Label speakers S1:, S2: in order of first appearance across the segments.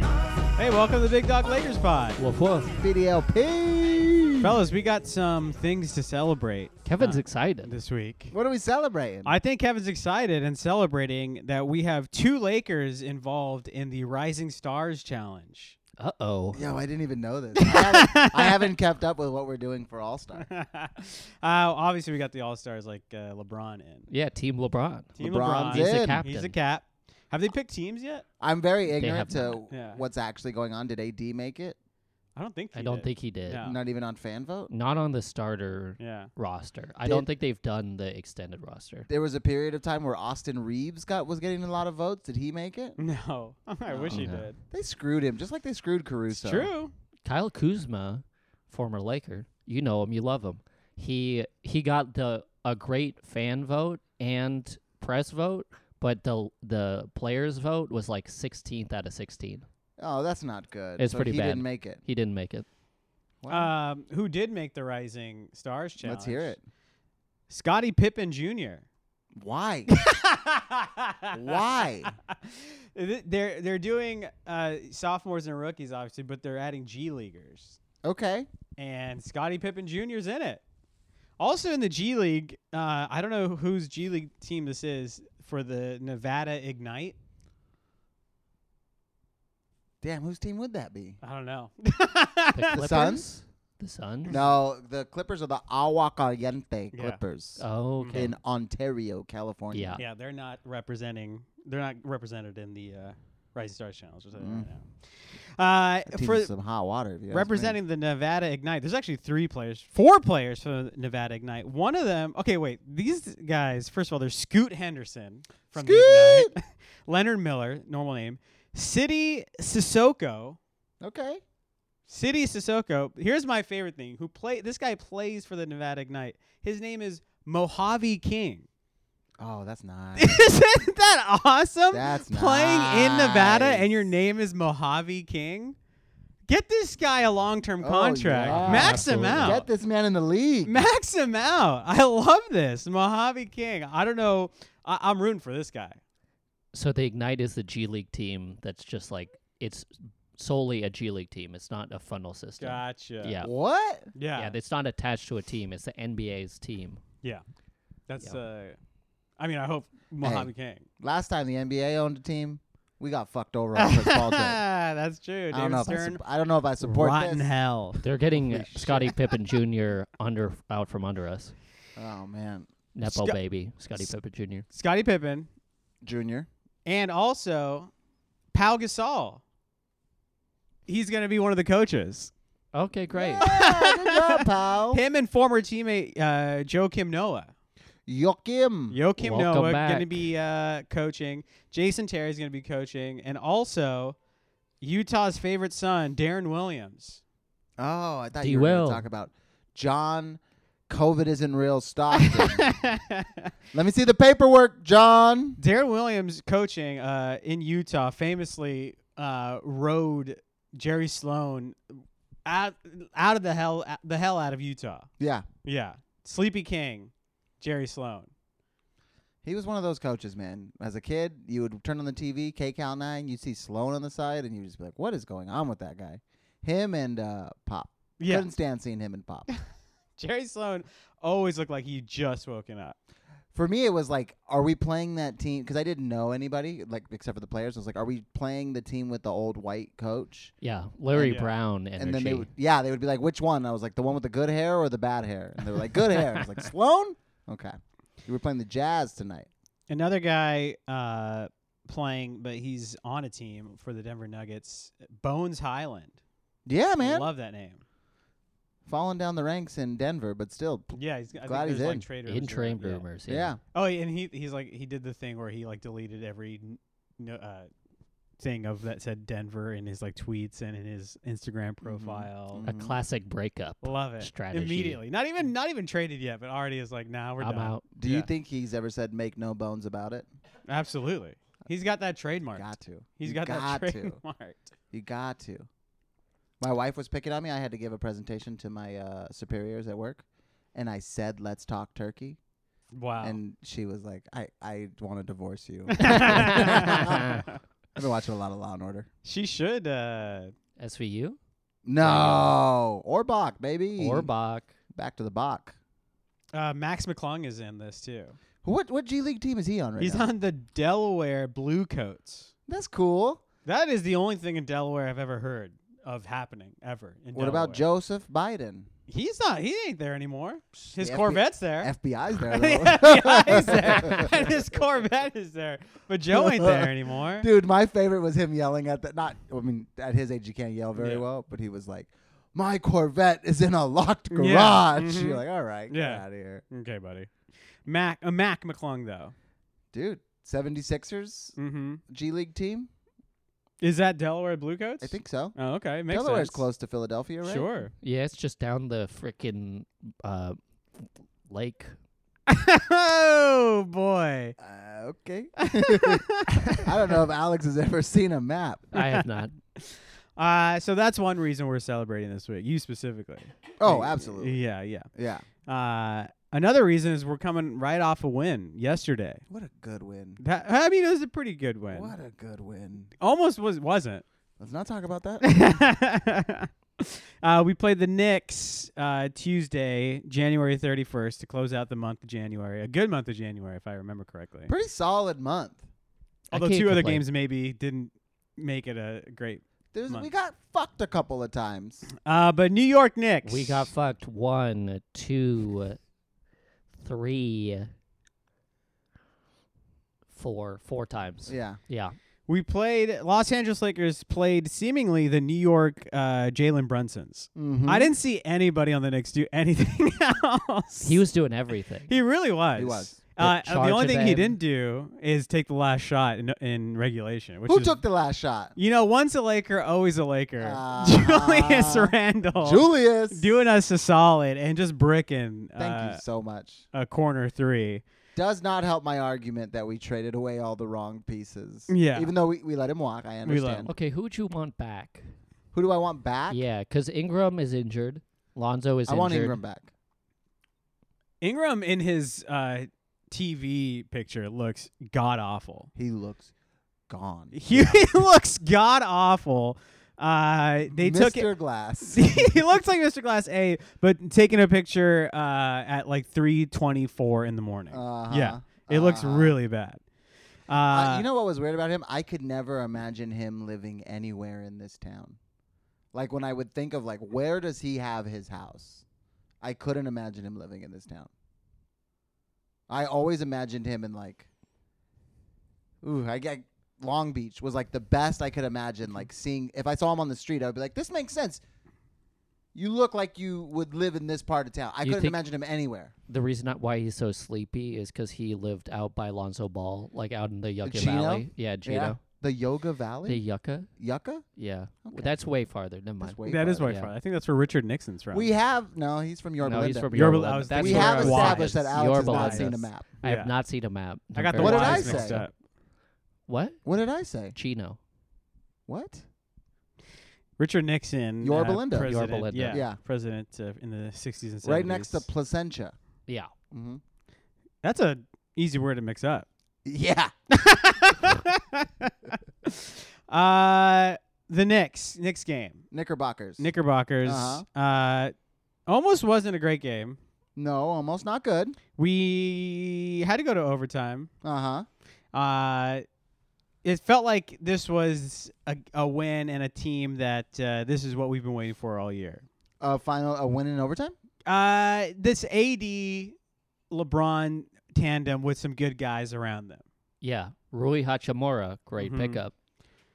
S1: welcome to the Big Dog Lakers Pod.
S2: Woof woof.
S3: BDLP.
S1: Fellas, we got some things to celebrate
S2: Kevin's
S1: Uh,
S2: excited.
S1: this week.
S3: What are we celebrating?
S1: I think Kevin's excited and celebrating that we have two Lakers involved in the Rising Stars Challenge.
S2: Uh oh.
S3: Yo, I didn't even know this. I haven't, I haven't kept up with what we're doing for All Star.
S1: uh, obviously, we got the All Stars like uh, LeBron in.
S2: Yeah, Team LeBron.
S1: Team LeBron.
S3: LeBron's
S2: He's the
S3: in.
S2: captain.
S1: He's a cap. Have they picked teams yet?
S3: I'm very ignorant
S2: have
S3: to
S1: Yeah.
S3: what's actually going on. Did AD make it?
S1: I don't think.
S2: I
S1: he
S2: don't
S1: did.
S2: think he did.
S1: No.
S3: Not even on fan vote.
S2: Not on the starter
S1: Yeah.
S2: roster. I
S3: Did-
S2: don't think they've done the extended roster.
S3: There was a period of time where Austin Reeves got was getting a lot of votes. Did he make it?
S1: No. I wish he
S2: Yeah.
S1: did.
S3: They screwed him, just like they screwed
S1: It's
S3: Caruso.
S1: true.
S2: Kyle Kuzma, former Laker, you know him, you love him. He he got the a great fan vote and press vote, but the the players vote was like 16th out of 16.
S3: Oh, that's not good.
S2: It's
S3: So
S2: pretty
S3: he
S2: bad.
S3: didn't make it.
S2: He didn't make it.
S3: Wow.
S1: Um, who did make the Rising Stars Challenge?
S3: Let's hear it.
S1: Scottie Pippen Jr.
S3: Why? Why?
S1: Th- they're they're doing uh, sophomores and rookies obviously, but they're adding G leaguers,
S3: Okay.
S1: and Scottie Pippen Jr.'s in it. Also in the G League, uh, I don't know whose G League team this is for the Nevada Ignite.
S3: Damn, whose team would that be?
S1: I don't know.
S2: The Clippers?
S3: The Suns?
S2: The Suns?
S3: No, the Clippers are the Agua Caliente
S1: Yeah.
S3: Clippers
S2: Oh, okay.
S3: in Ontario, California.
S2: Yeah.
S1: yeah, they're not representing. They're not represented in the uh, Rising Stars Challenge. I'll tell you
S3: Mm.
S1: right now. Uh,
S3: Teach
S1: for
S3: us some hot water. if you ask me.
S1: representing the Nevada Ignite. There's actually three players, four players for the Nevada Ignite. One of them, okay, wait, these guys. First of all, there's Scoot Henderson from the Ignite, Leonard Miller, normal name, City Sissoko.
S3: Okay.
S1: City Sissoko. Here's my favorite thing. Who play? This guy plays for the Nevada Ignite. His name is Mojave King.
S3: Oh, that's nice.
S1: Isn't that awesome?
S3: That's
S1: playing in Nevada
S3: nice.
S1: and your name is Mojave King. Get this guy a long-term
S3: Oh,
S1: contract.
S3: yeah.
S1: Max
S2: Absolutely.
S1: him out.
S3: Get this man in the league.
S1: Max him out. I love this. Mojave King. I don't know. I- I'm rooting for this guy.
S2: So the Ignite is the G League team that's just like it's solely a G League team. It's not a funnel system.
S1: Gotcha.
S2: Yeah.
S3: What?
S1: Yeah.
S2: Yeah, it's not attached to a team. It's the NBA's team.
S1: That's,
S2: Yeah.
S1: uh, I mean, I hope Mojave King.
S3: Last time the NBA owned a team, we got fucked over on Chris Paul. Day.
S1: Ah, That's true.
S3: I
S1: David
S3: don't know. If I,
S1: Stern.
S3: sup- I don't know if I support
S1: rotten
S3: this.
S1: hell.
S2: They're getting
S3: Holy
S2: Scottie Pippen Jr. under out from under us.
S3: Oh man,
S2: Nepo
S1: Sco-
S2: baby, Scottie Pippen Jr.
S1: Scottie Pippen
S3: Junior.
S1: and also Pau Gasol. He's going to be one of the coaches.
S2: Okay, great.
S3: Yeah, good job, pal.
S1: Him and former teammate uh, Joe Kim Noah.
S3: Joachim.
S1: Joakim
S2: Welcome
S1: Noah going to
S2: back.
S1: be uh, coaching. Jason Terry's going to be coaching, and also Utah's favorite son, Darren Williams.
S3: Oh, I thought
S2: D.
S3: you were going
S2: Will.
S3: to talk about John. COVID isn't real, Stockton. Let me see the paperwork, John.
S1: Darren Williams coaching uh, in Utah famously uh, rode Jerry Sloan out out of the hell the hell out of Utah.
S3: Yeah,
S1: Yeah, Sleepy King, Jerry Sloan.
S3: he was one of those coaches, man. As a kid, you would turn on the TV, KCAL nine, you'd see Sloan on the side, and you'd just be like, "What is going on with that guy?" Him and uh, Pop.
S1: Yeah,
S3: Couldn't stand seeing him and Pop.
S1: Jerry Sloan always looked like he just woken up.
S3: For me, it was like, are we playing that team? Because I didn't know anybody, like except for the players. I was like, are we playing the team with the old white coach?
S2: Yeah, Larry
S1: Yeah.
S2: Brown energy.
S3: And then they would, yeah, they would be like, which one? I was like, the one with the good hair or the bad hair? And they were like, good hair. I was like, Sloan? Okay. You were playing the Jazz tonight.
S1: Another guy uh, playing, but he's on a team for the Denver Nuggets. Bones Highland.
S3: Yeah, man.
S1: Love that name.
S3: Falling down the ranks in Denver, but still, p-
S1: Yeah, he's. I
S3: Glad
S1: think
S3: he's
S1: there's,
S3: in.
S1: Like, trade
S2: in
S1: rumors
S2: train
S1: around, yeah.
S2: rumors.
S3: yeah.
S1: Oh, yeah, and he he's like he did the thing where he like deleted every n- no, uh, thing of that said Denver in his like tweets and in his Instagram
S3: Mm-hmm.
S1: profile.
S2: A
S3: Mhm.
S2: classic breakup.
S1: Love it.
S2: Mm-hmm. Strategy.
S1: Immediately. Not even not even traded yet, but already is like, now we're
S2: I'm
S1: done.
S2: out.
S3: Do
S1: Yeah.
S3: you think he's ever said make no bones about it?
S1: Absolutely. He's got that trademark.
S3: Got to.
S1: He's
S3: You
S1: got, that
S3: to.
S1: trademark.
S3: You got to. My wife was picking on me. I had to give a presentation to my uh, superiors at work, and I said, "Let's talk turkey."
S1: Wow.
S3: And she was like, "I I want to divorce you." I've been watching a lot of Law and Order.
S1: She should uh,
S2: SVU
S3: No, or Bach, baby,
S2: or Bach.
S3: Back to the Bach.
S1: Uh, Max McClung is in this too.
S3: What what G League team is he on right
S1: He's
S3: now?
S1: on the Delaware Bluecoats.
S3: That's cool.
S1: That is the only thing in Delaware I've ever heard of happening ever. In
S3: What about
S1: Delaware.
S3: Joseph Biden?
S1: He's not. He ain't there anymore. His
S3: the FB
S1: Corvette's there.
S3: FBI's there.
S1: Yeah,
S3: though.
S1: yeah, he's there. And his Corvette is there, but Joe ain't there anymore.
S3: Dude, my favorite was him yelling at the not. I mean, at his age, you can't yell very
S1: Yeah.
S3: well, but he was like, "My Corvette is in a locked
S1: Yeah,
S3: garage." You're
S1: mhm.
S3: like, "All right, get
S1: Yeah.
S3: out of here,
S1: Okay, buddy. Mac, uh, Mac McClung though.
S3: dude." 76ers
S1: Mm-hmm.
S3: G League team.
S1: Is that Delaware Bluecoats?
S3: I think so.
S1: Oh, okay. Makes
S3: Delaware's
S1: sense.
S3: close to Philadelphia, right?
S1: Sure.
S2: Yeah, it's just down the frickin' uh, lake.
S1: oh boy.
S3: Uh, okay. I don't know if Alex has ever seen a map.
S2: I have not.
S1: Uh, so that's one reason we're celebrating this week. You specifically.
S3: Oh,
S1: Y-
S3: absolutely.
S1: Yeah, yeah.
S3: Yeah.
S1: Uh, another reason is we're coming right off a win yesterday.
S3: What a good win.
S1: That I mean, it was a pretty good win.
S3: What a good win.
S1: Almost was wasn't.
S3: Let's not talk about that.
S1: uh, we played the Knicks uh, Tuesday, January 31st, to close out the month of January. A good month of January, if I remember correctly.
S3: Pretty solid month.
S2: I
S1: Although two
S2: can't
S1: other
S2: complain.
S1: games maybe didn't make it a great.
S3: There's, we
S1: Month.
S3: got fucked a couple of times.
S1: Uh, but New York Knicks.
S2: We got fucked one, two, three, four, four times.
S3: Yeah.
S2: Yeah.
S1: we played Los Angeles Lakers played seemingly the New York uh, Jalen Brunsons.
S3: Mm-hmm.
S1: I didn't see anybody on the Knicks do anything else.
S2: He was doing everything.
S1: He really was.
S3: He was.
S1: Uh,
S2: The
S1: the only
S2: charge
S1: thing he
S2: of him.
S1: didn't do is take the last shot in, in regulation. Which
S3: Who
S1: is,
S3: took the last shot?
S1: You know, once a Laker, always a Laker.
S3: Ah.
S1: Julius Randle
S3: Julius.
S1: doing us a solid and just bricking
S3: Thank
S1: uh,
S3: you so much.
S1: a corner three.
S3: Does not help my argument that we traded away all the wrong pieces.
S1: Yeah.
S3: Even though we, we let him walk, I
S1: We let
S3: understand.
S1: him-
S2: Okay, who'd you want back?
S3: Who do I want back?
S2: Yeah, because Ingram is injured. Lonzo is
S3: I
S2: injured.
S3: want Ingram back.
S1: Ingram in his uh, TV picture looks god awful.
S3: He looks gone.
S1: He looks god awful. Uh, they
S3: Mr.
S1: took it.
S3: Glass.
S1: he looks like Mr. Glass A, but taking a picture uh, at like three twenty four in the morning.
S3: Uh-huh.
S1: Yeah, it looks
S3: Uh-huh.
S1: really bad. Uh,
S3: Uh, you know what was weird about him? I could never imagine him living anywhere in this town. Like when I would think of like where does he have his house? I couldn't imagine him living in this town. I always imagined him in like ooh, I get Long Beach was like the best I could imagine like seeing if I saw him on the street I would be like this makes sense. You look like you would live in this part of town. I
S2: You
S3: couldn't
S2: think-
S3: imagine him anywhere.
S2: The reason not why he's so sleepy is because he lived out by Lonzo Ball, like out in the Yucca
S3: Chino?
S2: Valley. Yeah, Gino.
S3: The Yoga
S2: The
S3: Valley?
S2: Yucca?
S3: Yucca?
S2: Yeah.
S3: Okay.
S2: That's way farther. Never mind.
S3: That's way
S1: that is
S3: farther.
S1: why
S2: yeah.
S1: far. I think that's where Richard Nixon's from.
S3: We have no. He's from Yorba
S2: no, he's
S3: Linda.
S2: from
S1: Yorba-
S2: Yorba.
S1: I
S2: Linda.
S1: was
S2: That's
S3: we
S1: thinking
S2: where
S3: have
S2: I was.
S1: Wise.
S3: established that Alex
S2: Yorba
S3: has not
S2: Linda.
S3: seen a map.
S2: I
S1: Yeah.
S2: have not seen a map.
S1: I got the
S2: Don't
S3: What did
S2: worry.
S3: I
S1: wise mixed
S3: say?
S1: up.
S2: What?
S3: What did I say?
S2: Chino.
S3: What?
S1: Richard Nixon,
S3: Yorba
S1: uh,
S3: Linda. Yorba
S1: president,
S2: Linda.
S1: Yeah,
S3: Yeah.
S1: president uh, in the sixties and seventies.
S3: Right next to Placentia.
S2: Yeah.
S3: Mm-hmm.
S1: That's a easy word to mix up.
S3: Yeah.
S1: uh, the Knicks, Knicks game,
S3: Knickerbockers.
S1: Knickerbockers.
S3: Uh-huh.
S1: Uh, almost wasn't a great game.
S3: no, almost not good.
S1: We had to go to overtime.
S3: Uh huh.
S1: Uh, it felt like this was a, a win and a team that uh, this is what we've been waiting for all year.
S3: A final, a win in overtime.
S1: Uh, this AD LeBron tandem with some good guys around them.
S2: Yeah. Rui Hachimura. Great
S1: Mhm.
S2: pickup.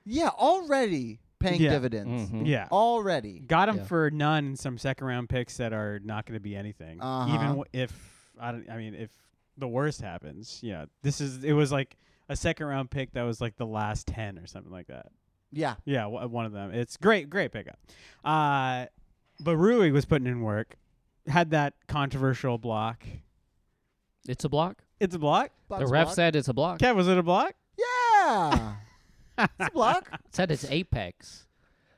S3: Yeah, already paying
S1: Yeah.
S3: dividends.
S2: Mhm.
S1: Yeah.
S3: Already.
S1: Got him
S2: Yeah.
S1: for none in some second round picks that are not going to be anything.
S3: Uh-huh.
S1: Even w- if I don't I mean if the worst happens, yeah. This is it was like a second round pick that was like the last 10 or something like that.
S3: Yeah.
S1: Yeah, w- one of them. It's great great pickup. Uh but Rui was putting in work. Had that controversial block.
S2: It's a block.
S1: It's a block?
S3: Block,
S2: the ref
S3: block.
S2: said it's a block.
S1: Kev, was it a block?
S3: Yeah. it's a block.
S2: said it's Apex.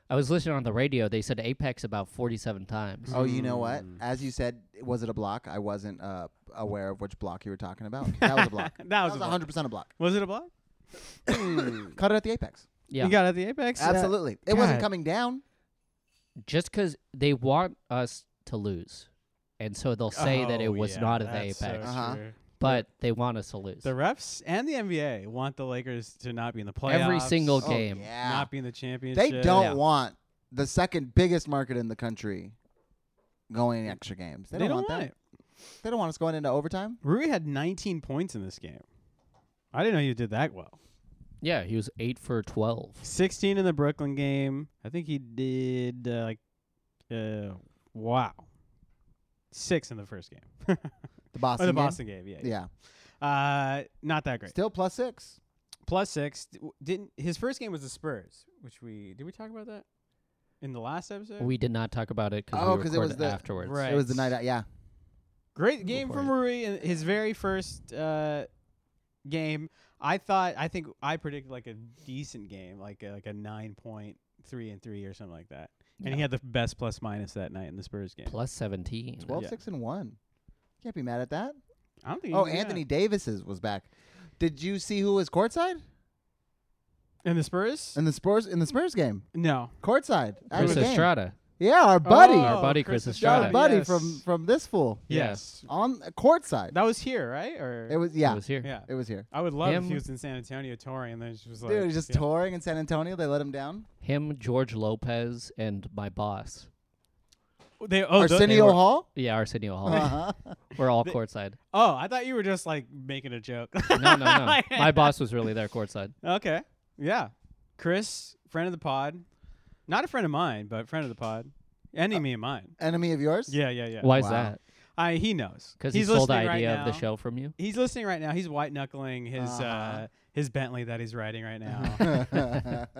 S2: I was listening on the radio. They said Apex about 47 times.
S3: Oh, you know what?
S1: Mm.
S3: As you said, was it a block? I wasn't uh, aware of which block you were talking about. That was a block.
S1: that was,
S3: that
S1: a
S3: was
S1: block.
S3: 100% a block.
S1: Was it a block?
S3: Cut it at the apex.
S2: Yeah.
S1: You got it at the apex?
S3: Absolutely. It wasn't
S1: God.
S3: coming down.
S2: just because they want us to lose, and so they'll say that it
S1: Oh,
S2: was
S1: yeah,
S2: not an
S1: that's so
S2: apex,
S3: Uh-huh.
S1: true.
S2: but they want us to lose
S1: The refs and the NBA want the Lakers to not be in the playoffs.
S2: every single
S3: Oh,
S2: game.
S3: yeah.
S1: Not be in the championship.
S3: They don't
S2: Yeah.
S3: want the second biggest market in the country going extra games. They,
S1: They
S3: don't, want, that.
S1: it.
S3: They don't want us going into overtime.
S1: Rui had 19 points in this game. I didn't know you did that well.
S2: Yeah, he was eight for twelve.
S1: 16 in the Brooklyn game. I think he did uh, like uh, wow. 6 in the first game.
S3: The
S1: or
S3: Boston.
S1: Oh, the
S3: game?
S1: Boston game, yeah.
S3: Yeah.
S1: Uh not that great.
S3: Still plus six.
S1: Plus 6 D- w- didn't his first game was the Spurs, which we did we talk about that in the last episode?
S2: We did not talk about it because
S3: Oh,
S2: we
S3: 'cause
S2: recorded
S3: it was the-
S2: afterwards.
S1: Right.
S3: It was the night. I, yeah.
S1: Great game
S2: Before
S1: from
S2: it-
S1: Rui in his very first uh, game. I thought I think I predicted like a decent game, like a, like a nine point three and three or something like that. And he
S2: Yeah.
S1: had the best plus minus that night in the Spurs game.
S2: Plus seventeen.
S3: 12,
S1: Yeah.
S3: 6, and 1. Can't be mad at that.
S1: I don't think. you
S3: Oh,
S1: can do that.
S3: Anthony Davis's was back. Did you see who was courtside
S1: and the Spurs?
S3: in the Spurs in the Spurs game?
S1: no,
S3: Courtside. after
S2: Chris
S3: the game.
S2: Estrada.
S3: Yeah, our buddy,
S1: Oh,
S2: Our buddy Chris
S1: Estrada.
S3: our buddy
S1: Yes.
S3: from from this fool
S1: yes.
S3: on uh, courtside.
S1: That was here, right? Or
S3: It was
S2: he
S3: yeah,
S2: was here.
S1: yeah.
S3: it was here.
S1: I would love if
S2: Him.
S1: he was in San Antonio touring, and then she was like,
S3: Dude, he's just
S1: yeah.
S3: touring in San Antonio. They let him down.
S2: Him, George Lopez, and my boss.
S1: They, oh, the-
S3: Arsenio
S2: were-
S3: Hall.
S2: Yeah, Arsenio Hall.
S3: Uh-huh.
S2: We're all
S1: They-
S2: courtside.
S1: oh, I thought you were just like making a joke.
S2: No, no, no. my boss was really there courtside.
S1: Okay. Yeah. Chris, friend of the pod. Not a friend of mine, but friend of the pod.
S2: Uh,
S1: Enemy of mine.
S3: Enemy of yours?
S1: Yeah, yeah, yeah.
S2: Why is
S3: Wow.
S2: that?
S1: I he knows.
S2: Because he
S1: he's
S2: stole the
S1: listening right
S2: idea of the
S1: now.
S2: show from you.
S1: He's listening right now. He's white knuckling his uh
S3: Uh-huh.
S1: his Bentley that he's riding right
S2: Uh-huh.
S1: now.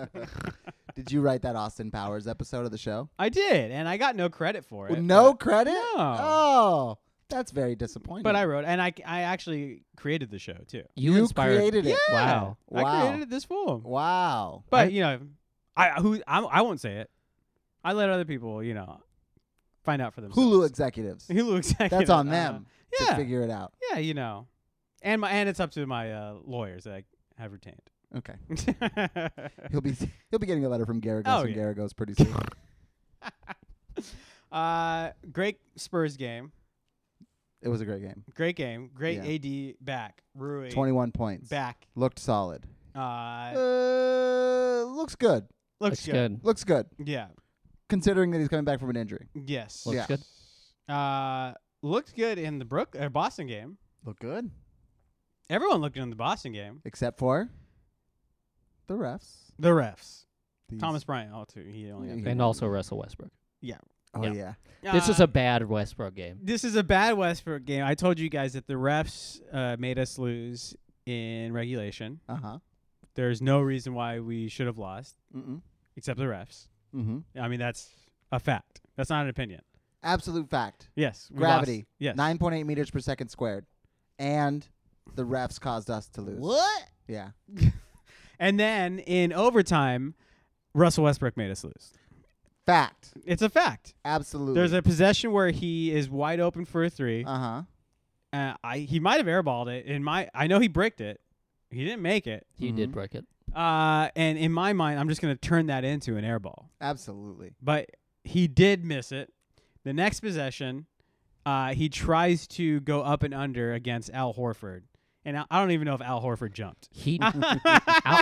S3: Did you write that Austin Powers episode of the show?
S1: I did, and I got no credit for it.
S3: No
S1: but-
S3: credit.
S1: No.
S3: Oh, that's very disappointing.
S1: but I wrote, and I, I actually created the show too.
S2: You, inspired.
S3: created it.
S1: Yeah,
S2: Wow.
S1: I
S3: Wow.
S1: created this fool.
S3: Wow.
S1: But you know, I who I, I won't say it. I let other people, you know, find out for themselves.
S3: Hulu executives.
S1: Hulu executive.
S3: That's on
S1: uh,
S3: them to
S1: yeah.
S3: figure it out.
S1: Yeah, you know, and my and it's up to my uh, lawyers that I have retained.
S3: Okay. He'll be he'll be getting a letter from Garagos
S1: Oh,
S3: and
S1: yeah.
S3: Garagos pretty soon.
S1: uh, great Spurs game,
S3: it was a great game.
S1: great game, great
S3: Yeah.
S1: AD back, Rui
S3: Twenty one points.
S1: back.
S3: Looked solid.
S1: Uh,
S3: Uh, looks good.
S1: looks good.
S3: Looks good.
S1: Yeah.
S3: Considering that he's coming back from an injury.
S1: Yes.
S2: Looks
S3: Yeah.
S2: good.
S1: Uh, looked good in the Brook uh, Boston game.
S3: Look good.
S1: Everyone looked good in the Boston game.
S3: Except for the refs.
S1: The refs,
S3: These-
S1: Thomas Bryant, all two. He only.
S3: Yeah.
S1: Got
S2: And also Russell Westbrook.
S3: Oh
S2: yeah.
S3: yeah.
S2: this is
S1: Uh,
S2: a bad Westbrook game.
S1: This is a bad Westbrook game. I told you guys that the refs uh, made us lose in regulation.
S3: Uh huh.
S1: There's no reason why we should have lost
S3: Mm
S1: except the refs.
S3: hmm.
S1: I mean, that's a fact. That's not an opinion.
S3: Absolute fact.
S1: Yes. we
S3: Gravity.
S1: lost. Yes.
S3: Nine point eight meters per second squared, and the refs caused us to lose.
S1: What?
S3: Yeah.
S1: And then in overtime, Russell Westbrook made us lose.
S3: Fact.
S1: It's a fact.
S3: Absolutely.
S1: There's a possession where he is wide open for a three.
S3: Uh huh.
S1: Uh, I he might have airballed it. In my, I know he bricked it. He didn't make it.
S2: He did
S3: Mhm.
S2: break it.
S1: Uh, and in my mind, I'm just gonna turn that into an airball.
S3: Absolutely.
S1: but he did miss it. The next possession, uh, he tries to go up and under against Al Horford, and I, I don't even know if Al Horford jumped.
S2: He. out,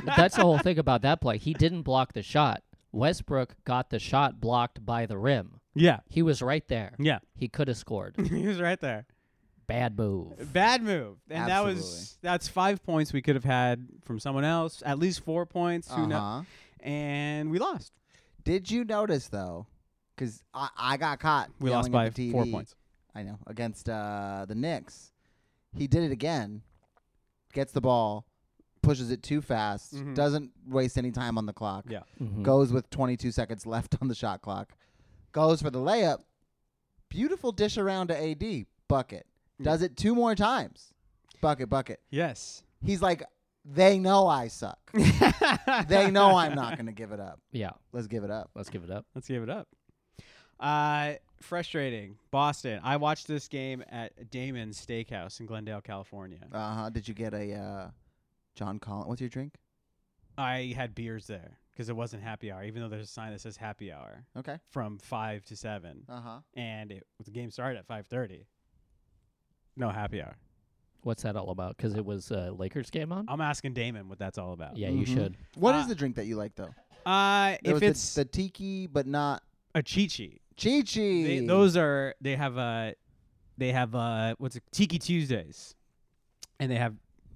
S2: that's the whole thing about that play. He didn't block the shot. Westbrook got the shot blocked by the rim.
S1: Yeah,
S2: He was right there.
S1: yeah,
S2: He could have scored.
S1: he was right there.
S2: Bad move.
S1: Bad move, and that was
S3: Absolutely.
S1: that's five points we could have had from someone else. At least four points, who
S3: Uh
S1: kno-
S3: huh.
S1: and we lost.
S3: Did you notice though? Because I, I got caught.
S1: We
S3: yelling
S1: lost by
S3: at the TV,
S1: four points.
S3: I know against uh, the Knicks. He did it again. Gets the ball, pushes it too fast.
S1: Mhm.
S3: Doesn't waste any time on the clock.
S1: Yeah.
S2: Mhm.
S3: Goes with 22 seconds left on the shot clock. Goes for the layup. Beautiful dish around to AD bucket. Does it two more times. Bucket, bucket.
S1: Yes,
S3: He's like, they know I suck. they know I'm not gonna give it up.
S2: Yeah.
S3: Let's give it up.
S2: Let's give it up.
S1: Let's give it up. Uh, frustrating. Boston. I watched this game at Damon's Steakhouse in Glendale, California.
S3: Uh huh. Did you get a uh, John Collins? What's your drink?
S1: I had beers there. because it wasn't happy hour, even though there's a sign that says happy hour
S3: Okay.
S1: from five to seven,
S3: Uh huh.
S1: and it, the game started at five thirty. No happy hour.
S2: What's that all about? Because it was uh, Lakers game on.
S1: I'm asking Damon what that's all about.
S2: yeah, you
S3: Mhm.
S2: should.
S3: What is
S1: Uh,
S3: the drink that you like though?
S1: Uh,
S3: There
S1: if
S3: was
S1: it's
S3: the, the tiki, but not
S1: a chichi,
S3: chi chi.
S1: They, those are they have uh they have uh what's it, Tiki Tuesdays, and they have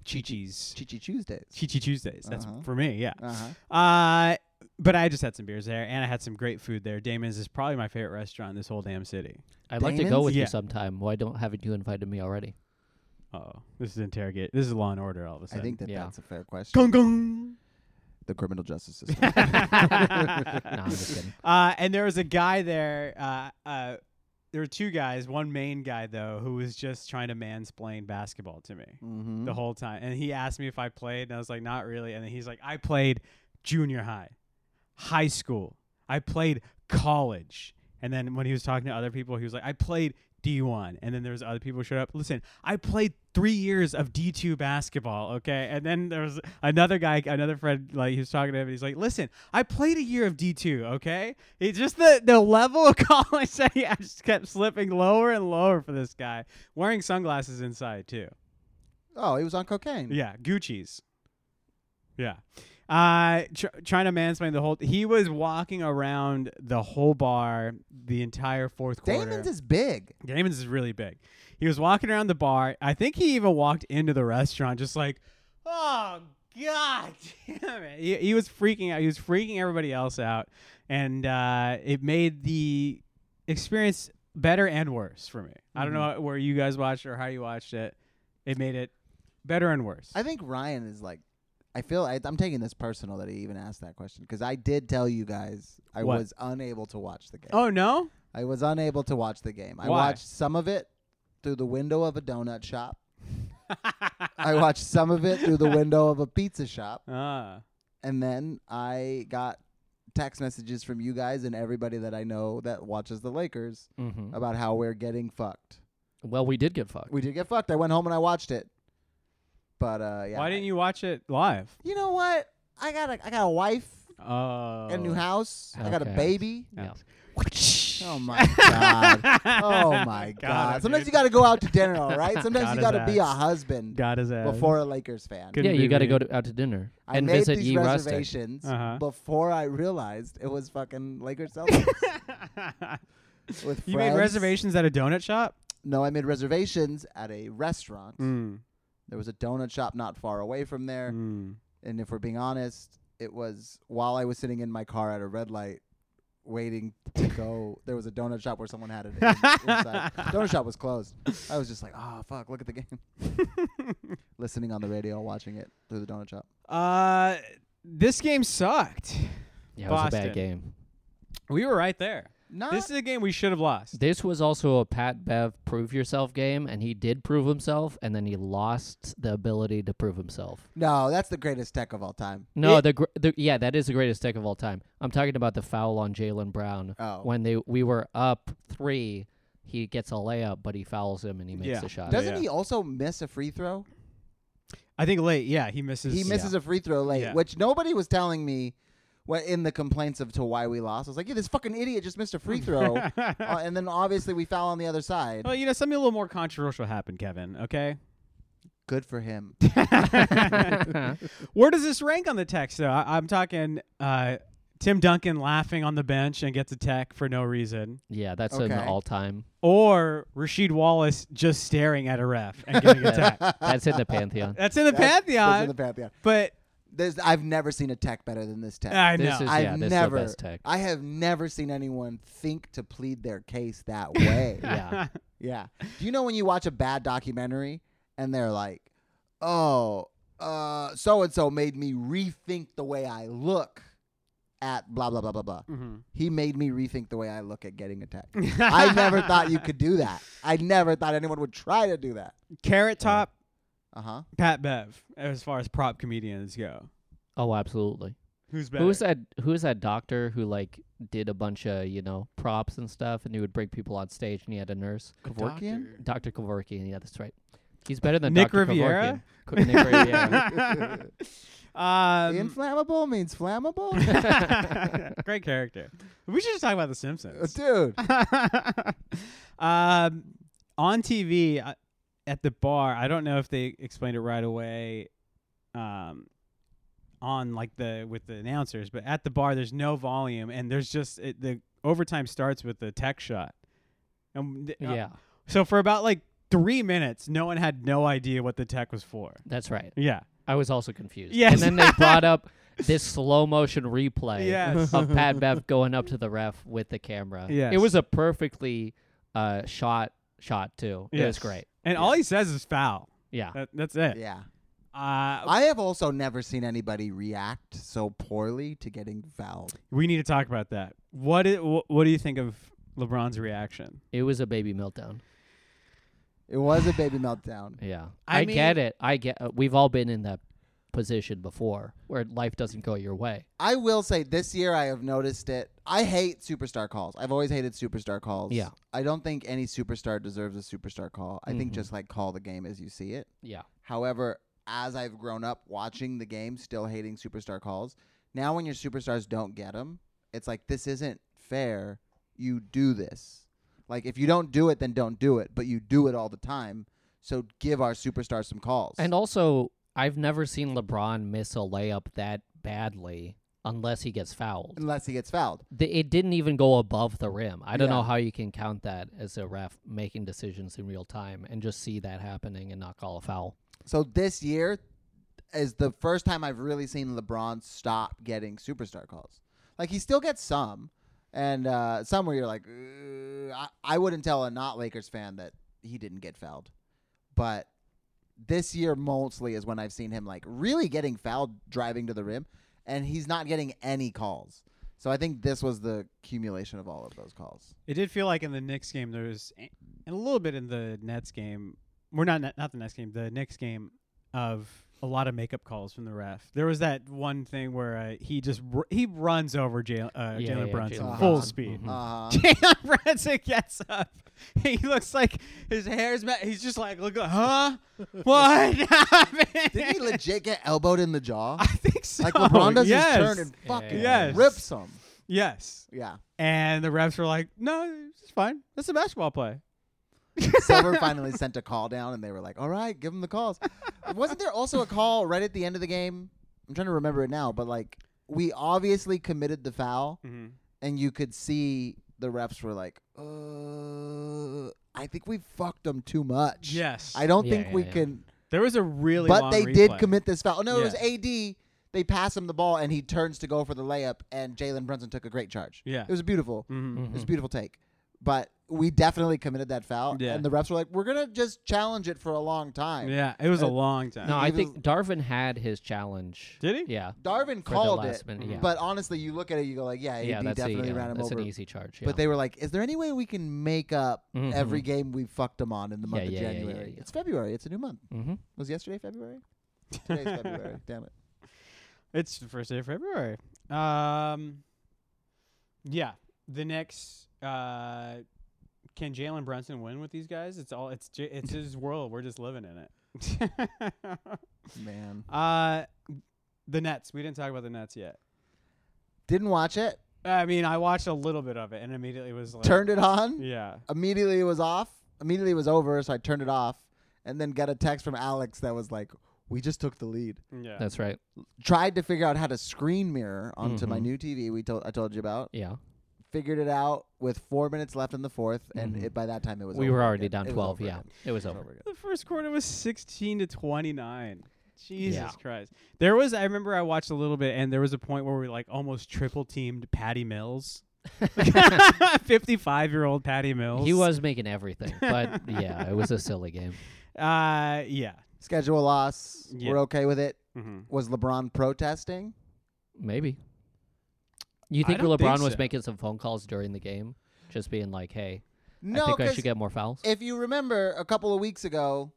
S1: Chi-Chi's
S3: chi chi Tuesdays.
S1: Chi-Chi Tuesdays. That's
S3: Uh-huh.
S1: for me, yeah.
S3: Uh huh.
S1: Uh, but I just had some beers there, and I had some great food there. Damon's is probably my favorite restaurant in this whole damn city.
S2: I'd like to go
S3: Damon's?
S2: with
S1: Yeah.
S2: you sometime. Why don't haven't you invited me already?
S1: Oh, this is interrogate. This is Law and Order. All of a
S3: I
S1: sudden,
S3: think that
S2: Yeah.
S3: that's a fair question.
S1: Gung, gung.
S3: The criminal justice system.
S2: No, I'm just kidding.
S1: Uh, and there was a guy there. Uh, uh, there were two guys. One main guy though, who was just trying to mansplain basketball to me.
S3: mm-hmm.
S1: the whole time. And he asked me if I played, and I was like, not really. And then he's like, I played junior high, high school. I played college. And then when he was talking to other people, he was like, I played D1. And then there was other people who showed up. Listen, I played three years of D2 basketball, okay? And then there was another guy, another friend, like he was talking to him, and he's like, listen, I played a year of D2, okay? It's just the, the level of college that he I just kept slipping lower and lower for this guy. Wearing sunglasses inside, too.
S3: oh, he was on cocaine.
S1: Yeah, Gucci's. Yeah. Uh, tr- trying to mansplain the whole. he was walking around the whole bar the entire fourth quarter.
S3: Damon's is big.
S1: Damon's is really big. He was walking around the bar. I think he even walked into the restaurant just like, oh god damn it. He, he was freaking out. He was freaking everybody else out, and uh, it made the experience better and worse for me. I don't
S3: Mm-hmm.
S1: know where you guys watched or how you watched it. It made it better and worse.
S3: I think Ryan is like, I feel I, I'm taking this personal that he even asked that question because I did tell you guys I
S1: What?
S3: was unable to watch the game.
S1: oh no.
S3: I was unable to watch the game. I
S1: Why?
S3: watched some of it through the window of a donut shop. I watched some of it through the window of a pizza shop,
S1: Ah.
S3: and then I got text messages from you guys and everybody that I know that watches the Lakers
S1: Mm-hmm.
S2: hmm
S3: about how we're getting fucked.
S2: Well, we did get fucked.
S3: We did get fucked. I went home and I watched it, but uh, yeah.
S1: Why didn't you watch it live?
S3: You know what? I got a I got a wife.
S1: Oh.
S3: Got a new house. I got a
S2: Okay.
S3: baby.
S2: yeah.
S3: Oh my god. Oh my god.
S1: Got him,
S3: Sometimes
S1: dude.
S3: you got to go out to dinner, all right? Sometimes
S1: Got
S3: you
S1: his
S3: got to be a
S1: ass.
S3: husband
S1: Got his ass.
S3: before a Lakers fan.
S1: Good.
S2: yeah,
S1: Couldn't
S2: you got to
S1: be
S2: go
S1: me.
S2: to, out to dinner
S3: I
S2: and
S3: made
S2: visit
S3: these
S2: E. Rustic.
S3: reservations
S1: Uh-huh.
S3: before I realized it was fucking Lakers Celtics with
S1: you made
S3: friends.
S1: reservations at a donut shop?
S3: No, I made reservations at a restaurant.
S1: Mm.
S3: There was a donut shop not far away from there,
S1: Mm.
S3: and if we're being honest, it was while I was sitting in my car at a red light waiting to go. there was a donut shop where someone had it in, inside. Donut shop was closed. I was just like, oh fuck, look at the game. Listening on the radio, watching it through the donut shop.
S1: Uh, this game sucked.
S2: Yeah, it was a
S1: Boston.
S2: bad game.
S1: We were right there.
S3: Not
S1: This is a game we should have lost.
S2: This was also a Pat Bev prove yourself game, and he did prove himself, and then he lost the ability to prove himself.
S3: no, that's the greatest tech of all time.
S2: No,
S1: It-
S2: the, gr- the yeah, that is the greatest stick of all time. I'm talking about the foul on Jalen Brown
S3: Oh.
S2: when they we were up three. He gets a layup, but he fouls him and he makes
S1: Yeah.
S2: the shot.
S1: Does-
S3: Doesn't
S1: yeah.
S3: he also miss a free throw?
S1: I think late. Yeah, he misses.
S3: He misses a free throw late,
S1: Yeah.
S3: which nobody was telling me what in the complaints of to why we lost. I was like, yeah, this fucking idiot just missed a free throw. uh, and then obviously we foul on the other side.
S1: Well, you know, something a little more controversial happened, Kevin. Okay.
S3: Good for him.
S1: Where does this rank on the text, though? I- I'm talking uh, Tim Duncan laughing on the bench and gets a tech for no reason,
S2: yeah, that's an
S3: Okay.
S2: all-time.
S1: or Rashid Wallace just staring at a ref and getting a tech.
S2: That's in the pantheon.
S1: That's in the
S3: That's-
S1: pantheon,
S3: that's in the pantheon.
S1: but
S3: There's, I've never seen a tech better than this tech.
S1: I know.
S2: This is
S3: I've
S2: yeah, this
S3: never,
S2: is the best tech.
S3: I have never seen anyone think to plead their case that way.
S2: yeah,
S3: Yeah. Do you know when you watch a bad documentary and they're like, "Oh, uh, so and so made me rethink the way I look at blah blah blah blah blah."
S1: Mhm.
S3: He made me rethink the way I look at getting attacked.
S1: Mm-hmm.
S3: I never thought you could do that. I never thought anyone would try to do that.
S1: Carrot Top,
S3: Uh huh.
S1: Pat Bev, as far as prop comedians go.
S2: Oh, absolutely.
S1: Who's better?
S2: Who was that? Who was that doctor who like did a bunch of you know props and stuff, and he would bring people on stage, and he had a nurse,
S3: Kevorkian?
S2: Doctor Kevorkian. Yeah, that's right. He's better than
S1: Nick
S2: Dr.
S1: Riviera?
S2: Kevorkian. Nick Riviera.
S1: Um,
S3: Inflammable means flammable?
S1: great character. We should just talk about The
S3: Uh,
S1: Simpsons.
S3: Dude.
S1: um, on TV uh, at the bar, I don't know if they explained it right away. Um, on like the with the announcers, but at the bar, there's no volume, and there's just it, the overtime starts with the tech shot. And th- uh,
S2: yeah,
S1: so for about like three minutes, no one had no idea what the tech was for.
S2: that's right.
S1: Yeah.
S2: I was also confused.
S1: Yes.
S2: And then they brought up this slow motion replay
S1: Yes.
S2: of Pat Bev going up to the ref with the camera.
S1: Yes.
S2: It was a perfectly uh, shot shot too. It was
S1: Yes.
S2: great.
S1: And all he says is foul.
S2: Yeah.
S1: That, that's it.
S3: Yeah.
S1: Uh,
S3: I have also never seen anybody react so poorly to getting fouled.
S1: we need to talk about that. What i- wh- what do you think of LeBron's reaction?
S2: It was a baby meltdown.
S3: It was a baby meltdown.
S2: Yeah.
S1: I
S2: I,
S1: mean-
S2: get it. I get uh, we've all been in that position before where life doesn't go your way.
S3: I will say this year I have noticed it. I hate superstar calls. I've always hated superstar calls.
S2: Yeah.
S3: I don't think any superstar deserves a superstar call. I think
S2: Mhm.
S3: just like call the game as you see it.
S2: Yeah.
S3: However, as I've grown up watching the game, still hating superstar calls, now when your superstars don't get them, it's like this isn't fair. You do this. Like if you don't do it, then don't do it. But you do it all the time. So give our superstars some calls.
S2: And also, I've never seen LeBron miss a layup that badly unless he gets fouled.
S3: unless he gets fouled.
S2: the, it didn't even go above the rim. I don't know
S3: Yeah.
S2: how you can count that as a ref making decisions in real time and just see that happening and not call a foul.
S3: So this year is the first time I've really seen LeBron stop getting superstar calls. Like he still gets some, and uh, some where you're like, "Ugh." I, I wouldn't tell a not Lakers fan that he didn't get fouled, but this year mostly is when I've seen him like really getting fouled driving to the rim, and he's not getting any calls. So I think this was the accumulation of all of those calls.
S1: It did feel like in the Knicks game there was, and a little bit in the Nets game. We're not not the Nets game, the Knicks game of a lot of makeup calls from the ref. There was that one thing where uh, he just r- he runs over Jalen uh,
S2: Yeah,
S1: Jalen
S2: yeah,
S1: Brunson
S3: Jalen
S1: full
S3: Brunson.
S1: speed.
S2: Mhm.
S3: Uh,
S1: Jalen Brunson gets up. He looks like his hair's ma- he's just like look uh, huh what happened?
S3: did he legit get elbowed in the jaw?
S1: I think so.
S3: Like LeBron does
S1: yes.
S3: his turn and fucking
S1: Yes.
S3: rips him.
S1: yes.
S3: Yeah.
S1: And the refs were like, "No, it's fine. That's a basketball play."
S3: Silver finally sent a call down, and they were like, "All right, give him the calls." Wasn't there also a call right at the end of the game? I'm trying to remember it now, but like we obviously committed the foul,
S1: Mm-hmm.
S3: and you could see the refs were like, "Uh, I think we fucked him too much."
S1: Yes.
S3: I don't
S2: Yeah,
S3: think
S2: yeah,
S3: we
S2: yeah.
S3: can,
S1: There was a really
S3: but
S1: long
S3: they did
S1: replay.
S3: commit this foul. Oh, No, it was
S1: Yeah.
S3: AD. They pass him the ball, and he turns to go for the layup, and Jalen Brunson took a great charge.
S1: Yeah.
S3: It was Mm-hmm. beautiful.
S1: Mhm.
S2: Mm-hmm.
S3: It was a beautiful take. But we definitely committed that foul.
S1: Yeah.
S3: And the refs were like, we're going to just challenge it for a long time.
S1: Yeah, it was a
S3: Uh,
S1: long time.
S2: No, I
S3: Even-
S2: think Darvin had his challenge.
S1: Did he?
S2: Yeah.
S3: Darvin
S2: For the
S3: called
S2: last
S3: it.
S2: minute, yeah.
S3: But honestly, you look at it, you go like, yeah, AD
S2: yeah, that's, a,
S3: definitely
S2: yeah,
S3: ran him
S2: that's
S3: over.
S2: an easy charge. Yeah.
S3: But they were like, is there any way we can make up
S1: Mm-hmm.
S2: Mhm.
S3: every game we fucked them on in the
S2: Yeah,
S3: month of
S2: yeah, yeah, yeah,
S3: January?
S2: yeah.
S3: It's February. It's a new month.
S2: hmm
S3: Was yesterday February? Today's February. Damn it.
S1: It's the first day of February. Um, yeah, the Knicks. Uh, can Jalen Brunson win with these guys? It's all. It's J- it's his world. We're just living in it.
S3: Man.
S1: uh, the Nets. We didn't talk about the Nets yet.
S3: Didn't watch it.
S1: I mean, I watched a little bit of it and immediately was like,
S3: Turned it on.
S1: Yeah.
S3: immediately it was off. Immediately it was over, so I turned it off, and then got a text from Alex that was like, "We just took the lead."
S1: Yeah.
S2: That's right.
S3: Tried to figure out how to screen mirror onto my
S2: Mhm.
S3: new TV. We told I told you about.
S2: Yeah.
S3: Figured it out with four minutes left in the fourth, and
S2: Mhm.
S3: it, by that time it was.
S2: we
S3: over
S2: were already
S3: again.
S2: down
S3: It was
S2: 12.
S3: over
S2: Yeah.
S3: again.
S2: It was
S3: It was
S2: over.
S3: over again.
S1: The first quarter was 16 to 29. Jesus
S2: Yeah.
S1: Christ. There was, I remember I watched a little bit, and there was a point where we like almost triple teamed Patty Mills. 55 year old Patty Mills.
S2: He was making everything, but yeah, it was a silly game.
S1: Uh, yeah.
S3: Schedule loss.
S1: Yeah.
S3: We're okay with it.
S1: Mm-hmm.
S3: Was LeBron protesting?
S2: Maybe. You
S1: I
S2: think
S1: don't
S2: LeBron
S1: think
S2: was
S1: so.
S2: making some phone calls during the game, just being like, "Hey, I
S3: No,
S2: think I should
S3: because
S2: get more fouls."
S3: if you remember a couple of weeks ago,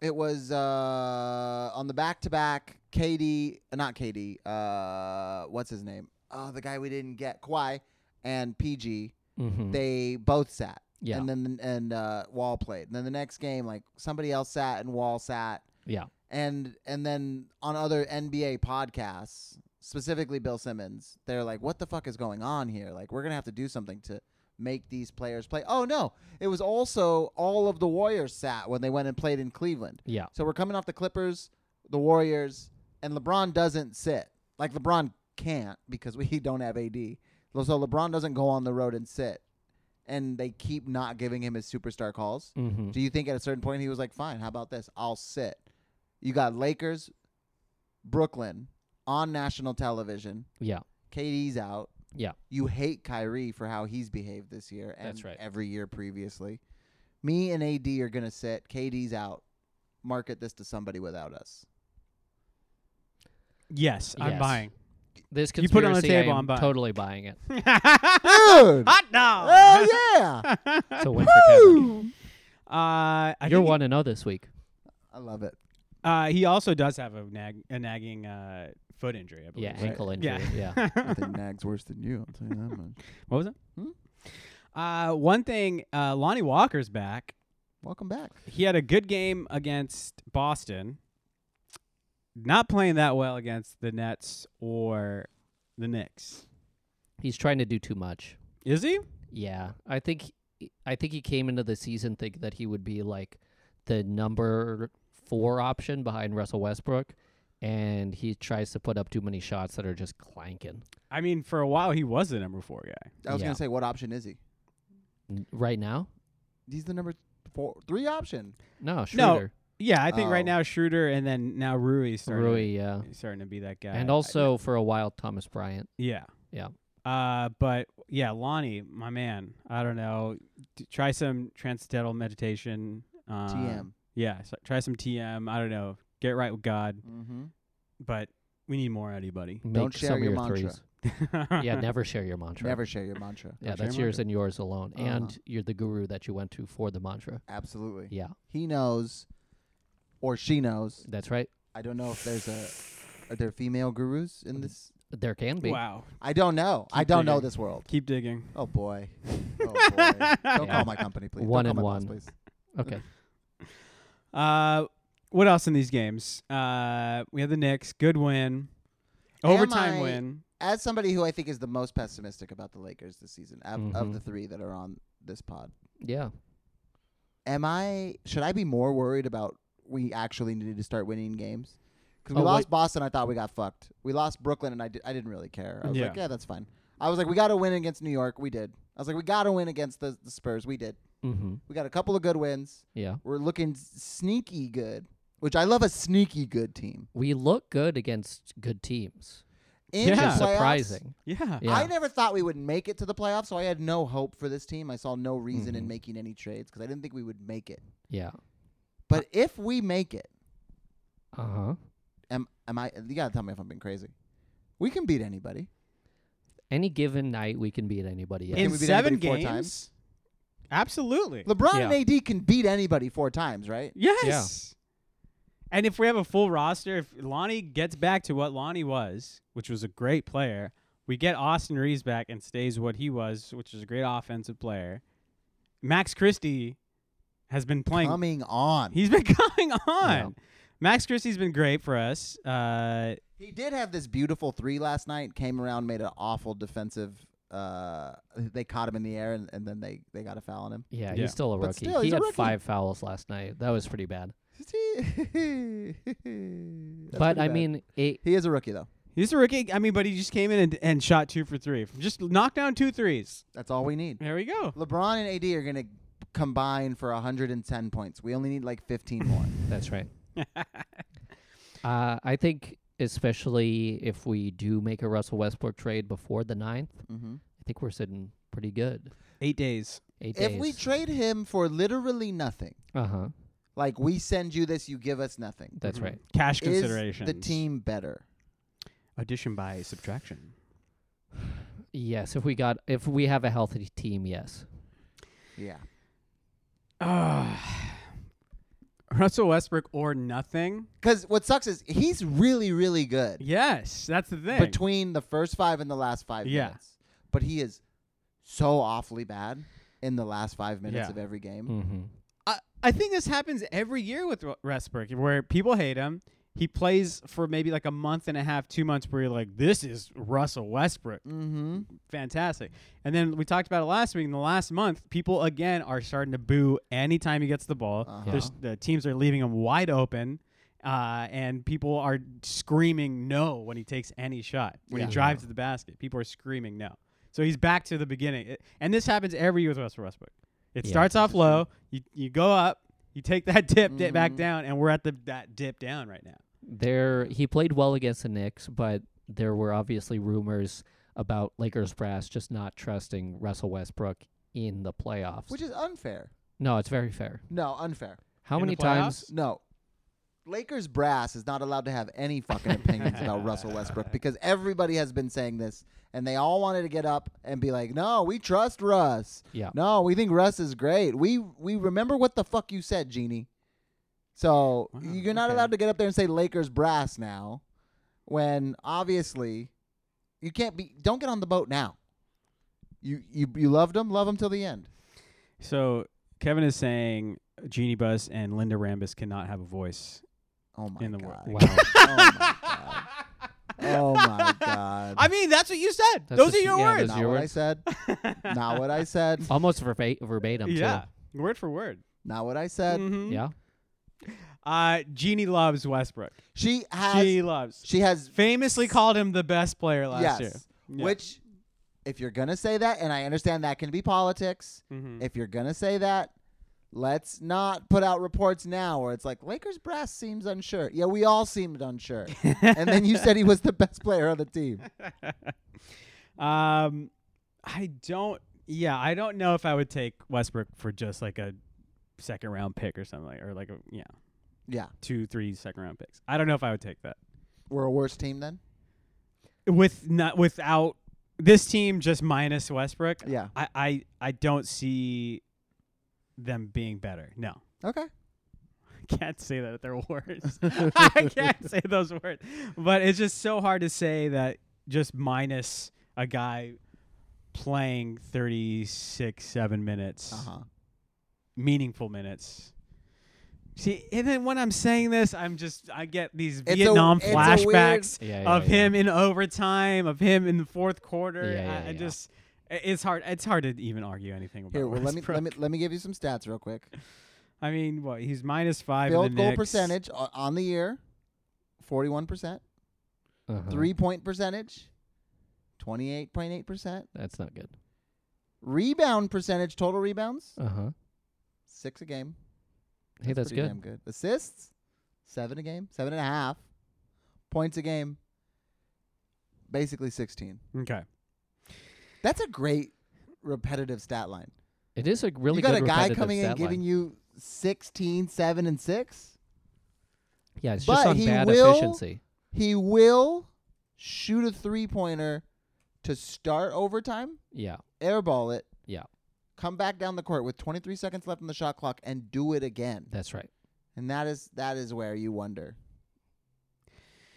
S3: it was uh, on the back to back. KD, uh, not KD. Uh, what's his name? Oh, the guy we didn't get, Kawhi and PG.
S2: Mhm.
S3: They both sat,
S2: yeah.
S3: and then and uh, Wall played. And then the next game, like somebody else sat and Wall sat,
S2: yeah.
S3: and and then on other NBA podcasts, specifically Bill Simmons, they're like, "What the fuck is going on here? Like, we're gonna have to do something to make these players play." Oh no, it was also all of the Warriors sat when they went and played in Cleveland.
S2: Yeah.
S3: So we're coming off the Clippers, the Warriors, and LeBron doesn't sit. Like LeBron can't because we don't have AD. So LeBron doesn't go on the road and sit. And they keep not giving him his superstar calls.
S2: Mm-hmm.
S3: Do you think at a certain point he was like, fine, how about this? I'll sit. You got Lakers, Brooklyn on national television.
S2: Yeah.
S3: KD's out.
S2: Yeah.
S3: You hate Kyrie for how he's behaved this year and
S2: That's right.
S3: every year previously. Me and AD are going to sit. KD's out. Market this to somebody without us.
S1: Yes, I'm
S2: Yes.
S1: buying.
S2: This
S1: You put it
S2: conspiracy,
S1: on the table,
S2: I am
S1: I'm buying.
S2: totally buying it.
S3: Dude!
S1: Hot dog.
S3: Oh, yeah!
S2: So win for Kevin.
S1: Uh, I
S2: You're
S1: think-
S2: one and zero this week.
S3: I love it.
S1: Uh, he also does have a nag, a nagging uh, foot injury. I believe.
S2: Yeah,
S1: right?
S2: ankle injury. Yeah.
S3: I think Nag's worse than you. I'll tell you that much.
S1: What was it?
S3: Hmm?
S1: Uh, one thing, uh, Lonnie Walker's back.
S3: Welcome back.
S1: He had a good game against Boston. Not playing that well against the Nets or the Knicks.
S2: He's trying to do too much.
S1: Is he?
S2: Yeah, I think e, I think he came into the season thinking that he would be like the number four option behind Russell Westbrook, and he tries to put up too many shots that are just clanking.
S1: I mean, for a while he was the number four guy.
S3: I was
S2: Yeah.
S3: going to say, what option is he?
S2: N- Right now,
S3: He's the number four, three option.
S2: no,
S1: No,
S2: Schroeder,
S1: Yeah, I think right
S3: Oh.
S1: now Schroeder and then now Rui starting
S2: Rui, yeah,
S1: starting to be that guy.
S2: and
S1: I-
S2: also for a while Thomas Bryant.
S1: Yeah.
S2: Yeah.
S1: Uh, but yeah, Lonnie, my man. I don't know. D- try some transcendental meditation. Uh,
S3: TM.
S1: Yeah. So try some TM. I don't know. Get right with God.
S3: Mm-hmm.
S1: But we need more out of you, buddy.
S2: Make
S3: Don't share
S2: some of
S3: your
S2: your
S3: mantra.
S2: threes. yeah, never share your mantra.
S3: Never share your mantra.
S1: share
S2: Yeah,
S1: your
S2: that's yours
S1: mantra.
S2: and yours alone.
S3: Uh-huh.
S2: And you're the guru that you went to for the mantra.
S3: Absolutely.
S2: Yeah,
S3: He knows, or she knows.
S2: that's right.
S3: I don't know if there's a. Are there female gurus
S2: Mm-hmm.
S3: in this?
S2: There can be.
S1: Wow.
S3: I don't know. I
S1: Keep
S3: don't know
S1: digging.
S3: this world.
S1: Keep digging.
S3: Oh boy. Oh boy. Don't
S2: Yeah.
S3: call my company, please.
S2: One
S3: Don't
S2: and
S3: call my boss,
S2: one.
S3: please.
S2: Okay.
S1: Uh, what else in these games? Uh, we had the Knicks. Good win.
S3: Am
S1: Overtime
S3: I-
S1: win.
S3: As somebody who I think is the most pessimistic about the Lakers this season, of, of
S2: Mhm.
S3: the three that are on this pod,
S2: Yeah.
S3: am I? Should I be more worried about we actually needed to start winning games? Because we
S2: Oh,
S3: lost
S2: wait.
S3: Boston, I thought we got fucked. We lost Brooklyn, and I, di- I didn't really care. I was like,
S1: Yeah.
S3: yeah, that's fine. I was like, we got to win against New York. We did. I was like, we got to win against the, the Spurs. We did.
S2: Mm-hmm.
S3: We got a couple of good wins.
S2: Yeah.
S3: We're looking s- sneaky good, which I love a sneaky good team.
S2: We look good against good teams.
S3: In
S1: Yeah.
S3: the
S2: Which is
S3: playoffs,
S2: surprising.
S1: Yeah.
S2: Yeah.
S3: I never thought we would make it to the playoffs, so I had no hope for this team. I saw no reason in
S2: Mhm.
S3: making any trades because I didn't think we would make it.
S2: Yeah.
S3: But if we make it,
S2: Uh huh.
S3: am am I? You gotta tell me if I'm being crazy. We can beat anybody.
S2: Any given night, we can beat anybody. Yes.
S3: Can
S1: In
S3: we beat
S1: seven
S3: anybody four
S1: games.
S3: times?
S1: Absolutely.
S3: LeBron
S2: Yeah.
S3: and AD can beat anybody four times, right?
S1: Yes. And if we have a full roster, if Lonnie gets back to what Lonnie was, which was a great player, we get Austin Reeves back and stays what he was, which is a great offensive player. Max Christie has been playing.
S3: Coming on,
S1: He's been coming on. Max Christie's been great for us. Uh,
S3: He did have this beautiful three last night. Came around, made an awful defensive. Uh, they caught him in the air, and, and then they, they got a foul on him.
S2: Yeah,
S1: Yeah.
S2: he's still a
S3: But
S2: rookie.
S3: still,
S2: he
S3: he's a
S2: had
S3: rookie.
S2: five fouls last night. That was pretty bad.
S3: That's pretty
S2: but I
S3: bad.
S2: mean, it,
S3: he is a rookie though.
S1: he's a rookie. I mean, but he just came in and, and shot two for three. Just knocked down two threes.
S3: That's all we need.
S1: There we go.
S3: LeBron and AD are gonna combine for 110 points. We only need like 15 more.
S2: that's right. uh, I think, especially if we do make a Russell Westbrook trade before the ninth,
S3: mm-hmm.
S2: I think we're sitting pretty good.
S1: Eight days.
S2: Eight
S3: If we trade him for literally nothing,
S2: uh huh.
S3: like we send you this, you give us nothing.
S2: That's
S1: Mhm.
S2: right.
S1: Cash
S3: is
S1: consideration.
S3: the team better?
S1: Addition by subtraction.
S2: Yes, if we got if we have a healthy team, yes.
S3: Yeah.
S1: Uh, Russell Westbrook or nothing?
S3: Because what sucks is he's really, really good.
S1: Yes, that's the thing.
S3: between the first five and the last five
S1: Yeah.
S3: minutes. But he is so awfully bad in the last five minutes
S1: Yeah. Mm.
S3: of every game.
S2: Mm-hmm.
S1: I, I think this happens every year with Ru- Westbrook, where people hate him. He plays for maybe like a month and a half, two months, where you're like, "This is Russell Westbrook,
S3: Mm-hmm.
S1: fantastic." And then we talked about it last week. In the last month, people again are starting to boo anytime he gets the ball.
S3: Uh-huh.
S1: There's, the teams are leaving him wide open, uh, and people are screaming no when he takes any shot. When
S3: Yeah.
S1: he drives to the basket, people are screaming no. So he's back to the beginning, It- and this happens every year with Russell Westbrook. It
S2: Yeah.
S1: starts off low. You you go up. You take that dip, dip back
S3: Mhm.
S1: down, and we're at the that dip down right now.
S2: There, he played well against the Knicks, but there were obviously rumors about Lakers brass just not trusting Russell Westbrook in the playoffs.
S3: Which is unfair.
S2: no, it's very fair.
S3: No, unfair.
S2: How
S1: In the
S2: many times?
S3: No. Lakers brass is not allowed to have any fucking opinions about Russell Westbrook because everybody has been saying this and they all wanted to get up and be like, "No, we trust Russ.
S2: Yeah.
S3: No, we think Russ is great. We we remember what the fuck you said, Genie." So,
S1: Wow,
S3: you're not
S1: okay.
S3: allowed to get up there and say Lakers brass now when obviously you can't be don't get on the boat now. You you you loved him, love him till the end.
S1: So Kevin is saying Jeannie Bus and Linda Rambus cannot have a voice.
S3: Oh my
S1: In the
S3: god.
S1: world.
S2: Wow.
S3: Oh my god. Oh my god.
S1: I mean, that's what you said.
S2: That's
S1: Those
S2: what
S1: are
S2: she-
S1: your
S2: yeah,
S1: words.
S2: those-
S3: not
S2: your
S3: what I
S2: words?
S3: said. Not what I said.
S2: Almost verba- verbatim,
S1: yeah, word for word.
S3: Not what I said.
S2: too.
S1: Mhm.
S2: Yeah.
S1: Uh, Jeannie loves Westbrook.
S3: She has.
S1: She
S3: She,
S1: loves.
S3: has.
S1: Famously called him the best player last
S3: yes.
S1: year. Yeah.
S3: Which, if you're gonna say that, and I understand that can be politics.
S1: Mhm.
S3: If you're gonna say that, let's not put out reports now where it's like Lakers brass seems unsure. Yeah, we all seemed unsure. and then you said he was the best player on the team.
S1: um, I don't. Yeah, I don't know if I would take Westbrook for just like a second round pick or something, like, or like a, yeah,
S3: Yeah,
S1: two, three second round picks. I don't know if I would take that.
S3: we're a worse team then.
S1: with not without this team just minus Westbrook,
S3: Yeah.
S1: I I, I don't see them being better. No.
S3: Okay.
S1: I can't say that they're worse. I can't say those words. But it's just so hard to say that just minus a guy playing 36 7 minutes,
S3: Uh huh.
S1: meaningful minutes. See, and then when I'm saying this, I'm just I get these
S3: a-
S1: Vietnam
S3: it's a weird-
S1: flashbacks
S2: Yeah. yeah,
S1: of
S2: yeah.
S1: him in overtime, of him in the fourth quarter.
S2: Yeah,
S1: I-
S2: yeah,
S1: I,
S2: yeah.
S1: just i- it's hard. It's hard to even argue anything about.
S3: Here, well, let me
S1: Westbrook.
S3: let me let me give you some stats real quick.
S1: I mean, what he's minus five. in
S3: Field
S1: the
S3: goal
S1: Knicks.
S3: percentage o- on the year, forty-one percent.
S2: Uh-huh.
S3: Three point percentage, 28.8%.
S2: That's not good.
S3: Rebound percentage, total rebounds,
S2: Uh huh.
S3: six a game.
S2: Hey, that's
S3: pretty
S2: good.
S3: Damn good. Assists, seven a game, seven and a half. Points a game, basically 16.
S1: Okay.
S3: That's a great repetitive stat line.
S2: It is a really
S3: you got
S2: good
S3: a guy
S2: repetitive
S3: coming in
S2: stat
S3: giving
S2: line.
S3: you 16, 7, and 6.
S2: Yeah, it's
S3: but
S2: just on
S3: he
S2: bad
S3: will-
S2: efficiency.
S3: He will shoot a three pointer to start overtime,
S2: Yeah.
S3: airball it.
S2: Yeah.
S3: Come back down the court with 23 seconds left on the shot clock and do it again.
S2: That's right.
S3: And that is that is where you wonder.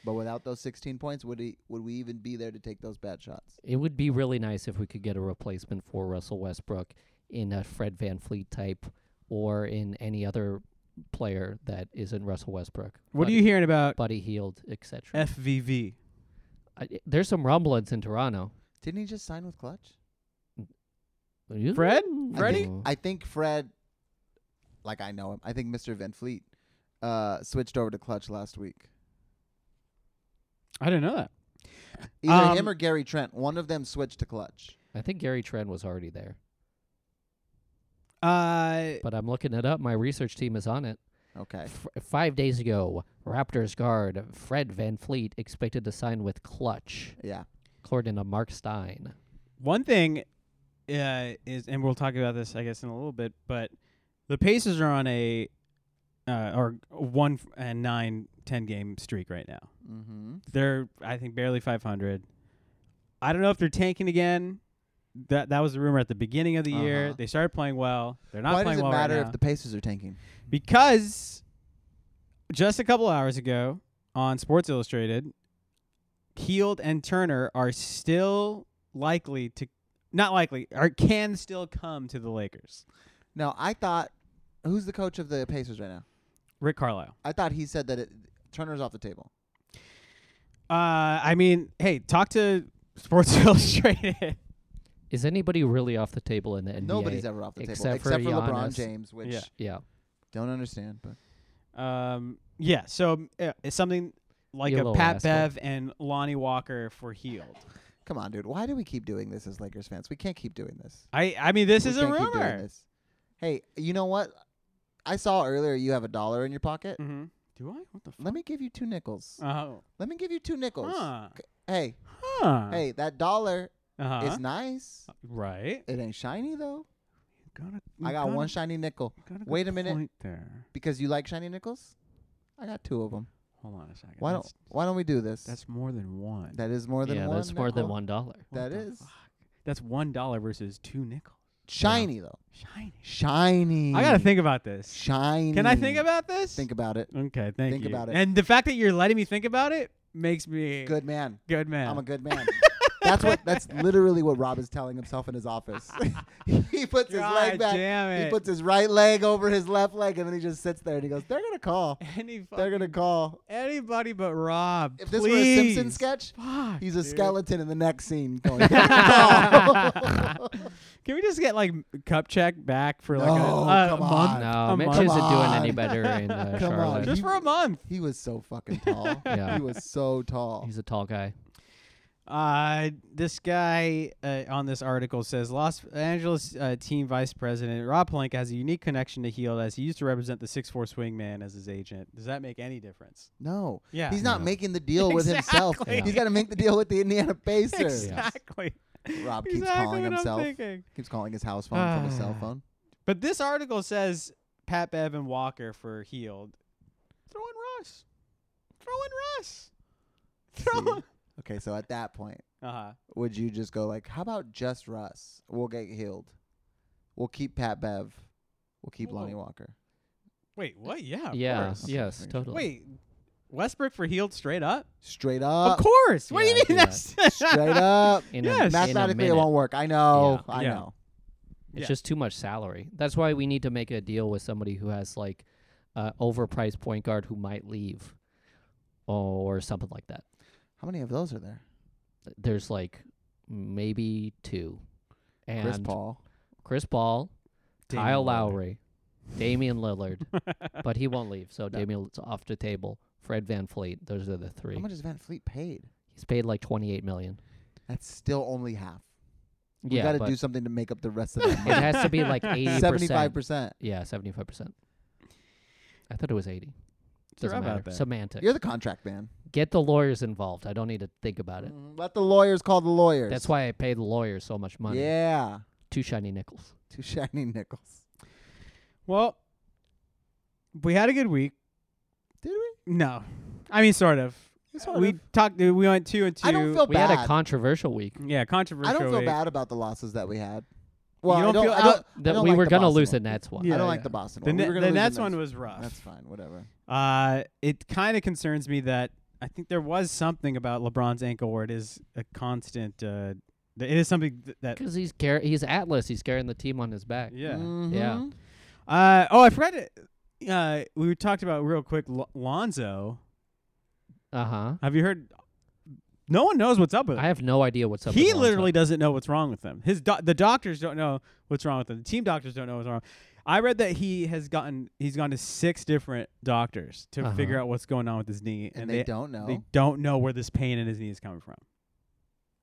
S3: But without those 16 points, would he would we even be there to take those bad shots?
S2: It would be really nice if we could get a replacement for Russell Westbrook in a Fred Van Fleet type or in any other player that isn't Russell Westbrook.
S1: What are
S2: Buddy,
S1: you hearing about
S2: Buddy Healed, etc.
S1: FVV?
S2: I- There's some rumblings in Toronto.
S3: Didn't he just sign with Clutch?
S1: Fred?
S2: Ooh.
S1: Freddie?
S3: I think Fred, like I know him, I think Mr. Van Fleet uh, switched over to Clutch last week.
S1: I didn't know that.
S3: Either
S1: Um,
S3: him or Gary Trent, one of them switched to Clutch.
S2: I think Gary Trent was already there,
S1: Uh,
S2: but I'm looking it up. My research team is on it.
S3: Okay.
S2: F- five days ago, Raptors guard Fred Van Fleet expected to sign with Clutch,
S3: Yeah.
S2: according to Mark Stein.
S1: one thing uh, is, and we'll talk about this, I guess, in a little bit, but the Pacers are on a uh, or one f- and nine, ten game streak right now.
S3: Mm-hmm.
S1: They're I think barely 500. I don't know if they're tanking again. That that was the rumor at the beginning of the year.
S3: Uh-huh.
S1: They started playing well. They're not
S3: Why
S1: playing
S3: does it
S1: well
S3: matter
S1: right now
S3: if the Pacers are tanking?
S1: because just a couple hours ago on Sports Illustrated, Heald and Turner are still likely to not likely or can still come to the Lakers.
S3: No, I thought who's the coach of the Pacers right now?
S1: Rick Carlisle.
S3: I thought he said that it, Turner's off the table.
S1: Uh, I mean, hey, talk to Sports Illustrated.
S2: Is anybody really off the table in the NBA?
S3: Nobody's ever off the table
S2: except for
S3: except for LeBron
S2: Giannis.
S3: James, which
S1: Yeah.
S2: Yeah.
S3: don't understand. But
S1: Um, yeah, so uh, it's something like
S2: You
S1: a
S2: little
S1: Pat
S2: rascal.
S1: Bev and Lonnie Walker for healed.
S3: come on, dude, why do we keep doing this as Lakers fans? We can't keep doing this.
S1: I I mean, this
S3: We
S1: is a
S3: can't keep doing
S1: rumor.
S3: this. Hey, you know what? I saw earlier you have a dollar in your pocket.
S1: Mm-hmm. Do I? What the? F-
S3: Let me give you two nickels.
S1: oh.
S3: Let me give you two nickels.
S1: Huh.
S3: Hey,
S1: Huh.
S3: hey, that dollar
S1: Uh-huh.
S3: is nice.
S1: right.
S3: It ain't shiny though.
S1: Got a-
S3: I
S1: you
S3: got
S1: a-
S3: one shiny nickel
S1: got good
S3: wait a minute.
S1: Point there.
S3: because you like shiny nickels. I got two of them.
S1: Hold on a second.
S3: Why don't
S1: that's,
S3: Why don't we do this?
S1: that's more than one?
S3: that is more than
S2: yeah,
S3: one.
S2: that's more than
S3: nickel.
S2: one dollar.
S1: What
S3: that
S1: the
S3: is.
S1: fuck? That's one dollar versus two nickels.
S3: Shiny though.
S1: Shiny.
S3: Shiny.
S1: I gotta think about this.
S3: Shiny.
S1: Can I think about this?
S3: Think about it.
S1: okay, thank
S3: think
S1: you.
S3: about it.
S1: And the fact that you're letting me think about it makes me
S3: Good man.
S1: good man.
S3: I'm a good man. that's what. That's literally what Rob is telling himself in his office. he puts his
S1: God
S3: leg back.
S1: damn it.
S3: He puts his right leg over his left leg, and then he just sits there and he goes, "They're gonna call.
S1: Any
S3: They're gonna call."
S1: anybody but Rob.
S3: If this were a Simpson
S1: please.
S3: sketch,
S1: Fuck,
S3: he's a
S1: dude.
S3: skeleton in the next scene going. "They're gonna call."
S1: Can we just get like cup check back for like
S3: No,
S1: a, a
S3: come
S1: month?
S3: on.
S2: No,
S1: A
S2: Mitch
S1: month.
S2: isn't doing
S3: Come
S2: any
S3: on.
S2: better in uh,
S3: Come on.
S2: Charlotte.
S1: Just for a month.
S3: he was so fucking tall.
S2: Yeah.
S3: He was so tall.
S2: He's a tall guy.
S1: Uh, this guy uh, on this article says Los Angeles uh, team vice president Rob Palenka has a unique connection to Heald as he used to represent the six four swingman as his agent. Does that make any difference?
S3: no.
S1: Yeah.
S3: He's not
S2: No.
S3: making the deal with himself.
S1: Exactly.
S3: He's got to make the deal with the Indiana Pacers.
S1: exactly.
S3: Rob keeps
S1: exactly
S3: calling
S1: what
S3: himself.
S1: I'm thinking.
S3: Keeps calling his house phone from his cell
S1: Ah.
S3: phone.
S1: But this article says Pat Bev and Walker for Heald. Throw in Russ. Throw in Russ. Throw.
S3: See? Okay, so at that point,
S1: Uh huh.
S3: would you just go like, "How about just Russ? We'll get healed. We'll keep Pat Bev. We'll keep Lonnie
S1: Whoa.
S3: Walker."
S1: Wait, what? Yeah. of
S2: yeah.
S1: course.
S2: Yes.
S3: Okay.
S2: Totally.
S1: Wait, Westbrook for Heald straight up?
S3: Straight up.
S1: of course. What
S2: yeah,
S1: do you
S2: do
S1: mean? That's
S3: Uh, Straight up.
S2: In a-
S1: Yes.
S2: in a
S3: Mathematically, it
S2: minute.
S3: won't work. I know.
S2: Yeah.
S3: I
S1: Yeah.
S3: know.
S2: It's
S1: Yeah.
S2: just too much salary. That's why we need to make a deal with somebody who has like uh, overpriced point guard who might leave or something like that.
S3: How many of those are there?
S2: There's like maybe two. And
S3: Chris Paul.
S2: Chris Paul,
S1: Damian
S2: Kyle
S1: Lillard.
S2: Lowry, Damian Lillard, but he won't leave. So Damian's off the table. Fred Van Fleet. Those are the three.
S3: How much is Van Fleet paid?
S2: He's paid like 28 million.
S3: That's still only half. We
S2: yeah.
S3: got to
S2: but
S3: do something to make up the rest of that.
S2: it has to be like 80%.
S3: Seventy-five percent.
S2: Yeah, 75%. I thought it was 80.
S1: It's rough
S2: Doesn't
S1: out
S2: matter.
S1: there.
S2: Semantics.
S3: You're the contract man.
S2: Get the lawyers involved. I don't need to think about it.
S3: Mhm. Let the lawyers call the lawyers.
S2: That's why I pay the lawyers so much money.
S3: Yeah.
S2: Two shiny nickels.
S3: Two shiny nickels.
S1: Well, we had a good week.
S3: Did we?
S1: No, I mean sort of.
S3: Sort
S1: we
S3: of.
S1: talked. We went two and two.
S3: I don't feel
S2: We
S3: bad.
S2: had a controversial week.
S1: yeah, controversial.
S3: I don't feel
S1: week.
S3: bad about the losses that we had. Well,
S1: don't
S3: I don't.
S1: feel-
S3: I
S1: I
S3: don't,
S1: don't-
S3: I
S2: That
S3: don't
S2: we
S3: like
S2: were
S3: the
S2: gonna
S3: Boston
S2: lose the
S3: one.
S2: Nets one.
S1: Yeah,
S3: I don't
S1: yeah.
S3: like the Boston
S1: The,
S3: one.
S1: ne-
S3: we were gonna
S1: the
S3: lose
S1: Nets
S3: the
S1: one was rough.
S3: That's fine. Whatever.
S1: Uh, it kind of concerns me that I think there was something about LeBron's ankle where it is a constant. Uh, th- it is something th- that.
S2: Because he's car- he's Atlas. He's carrying the team on his back.
S1: Yeah.
S3: Mhm.
S1: Uh, oh, I forgot. To, uh, we talked about real quick Lo- Lonzo.
S2: Uh huh.
S1: Have you heard? No one knows what's up with him.
S2: I have no idea what's up.
S1: he
S2: with Lonzo.
S1: literally doesn't know what's wrong with him. His do- the doctors don't know what's wrong with him. The team doctors don't know what's wrong. I read that he has gotten he's gone to six different doctors to
S2: Uh-huh.
S1: figure out what's going on with his knee,
S3: And, they, don't know.
S1: they don't know where this pain in his knee is coming from.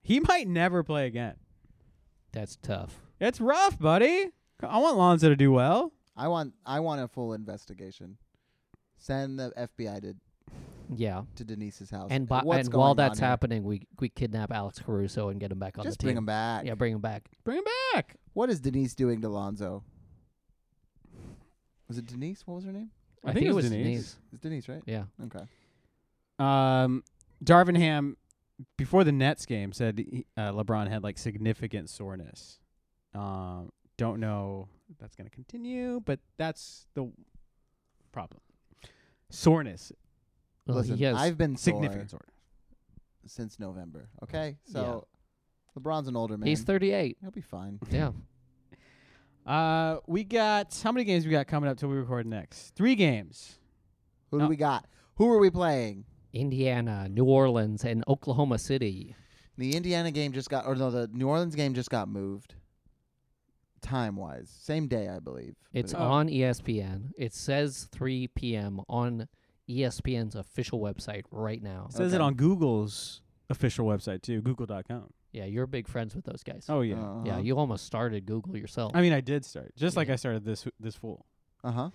S1: He might never play again.
S2: That's tough.
S1: It's rough, buddy. I want Lonzo to do well.
S3: I want. I want a full investigation. Send the FBI to
S2: Yeah.
S3: to Denise's house.
S2: And bo-
S3: What's
S2: and while
S3: going on
S2: that's
S3: here?
S2: happening, we we kidnap Alex Caruso and get him back on
S3: just
S2: the team.
S3: bring him back.
S2: Yeah, bring him back.
S1: Bring him back.
S3: What is Denise doing to Lonzo? Was it Denise? What was her name?
S1: I think it was
S2: his
S1: Denise.
S2: knees.
S3: It's Denise, right?
S2: Yeah.
S3: Okay.
S1: Um, Darvinham before the Nets game said he- uh, LeBron had like significant soreness. Um, don't know if that's going to continue, but that's the problem. Soreness,
S2: Well,
S3: Listen,
S2: he has
S3: I've been
S1: significant
S3: sore
S1: soreness.
S3: since November. Okay, so LeBron's an older man.
S2: he's 38.
S3: He'll be fine.
S2: Yeah.
S1: Uh, we got how many games we got coming up till we record next? Three games.
S3: Who
S1: No.
S3: do we got? Who are we playing?
S2: Indiana, New Orleans, and Oklahoma City.
S3: The Indiana game just got, or no, the New Orleans game just got moved. Time wise, same day, I believe.
S2: It's
S1: Oh.
S2: on E ESPN. It says 3 p.m. on E ESPN's official website right now.
S1: Says it
S3: Okay.
S1: on Google's official website too, google.com.
S2: Yeah, you're big friends with those guys.
S1: Oh yeah.
S3: Uh-huh.
S2: Yeah, you almost started Google yourself.
S1: I mean, I did start just like
S2: Yeah.
S1: I started this this fool.
S3: Uh huh.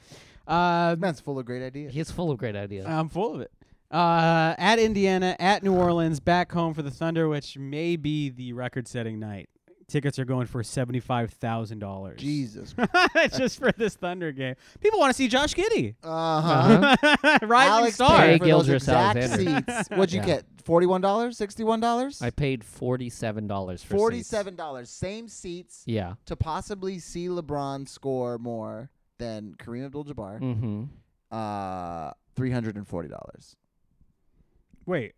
S1: Uh,
S3: Man's full of great ideas.
S2: He's full of great ideas.
S1: I'm full of it. Uh, at Indiana, at New Orleans, back home for the Thunder, which may be the record-setting night. Tickets are going for seventy-five thousand dollars.
S3: Jesus.
S1: just for this Thunder game. People want to see Josh Giddy,
S3: Uh
S2: Uh-huh.
S3: huh.
S1: rising
S3: Alex
S1: star.
S2: Pay
S3: paid for those
S2: Gildress
S3: exact
S2: Alexander.
S3: seats. What'd you
S2: Yeah.
S3: get? Forty-one dollars, sixty-one dollars,
S2: I paid forty-seven dollars for
S3: forty-seven dollars. Same seats
S2: Seats. Yeah.
S3: to possibly see LeBron score more than Kareem Abdul-Jabbar.
S2: Mm-hmm.
S3: Uh, three hundred and forty dollars.
S1: Wait,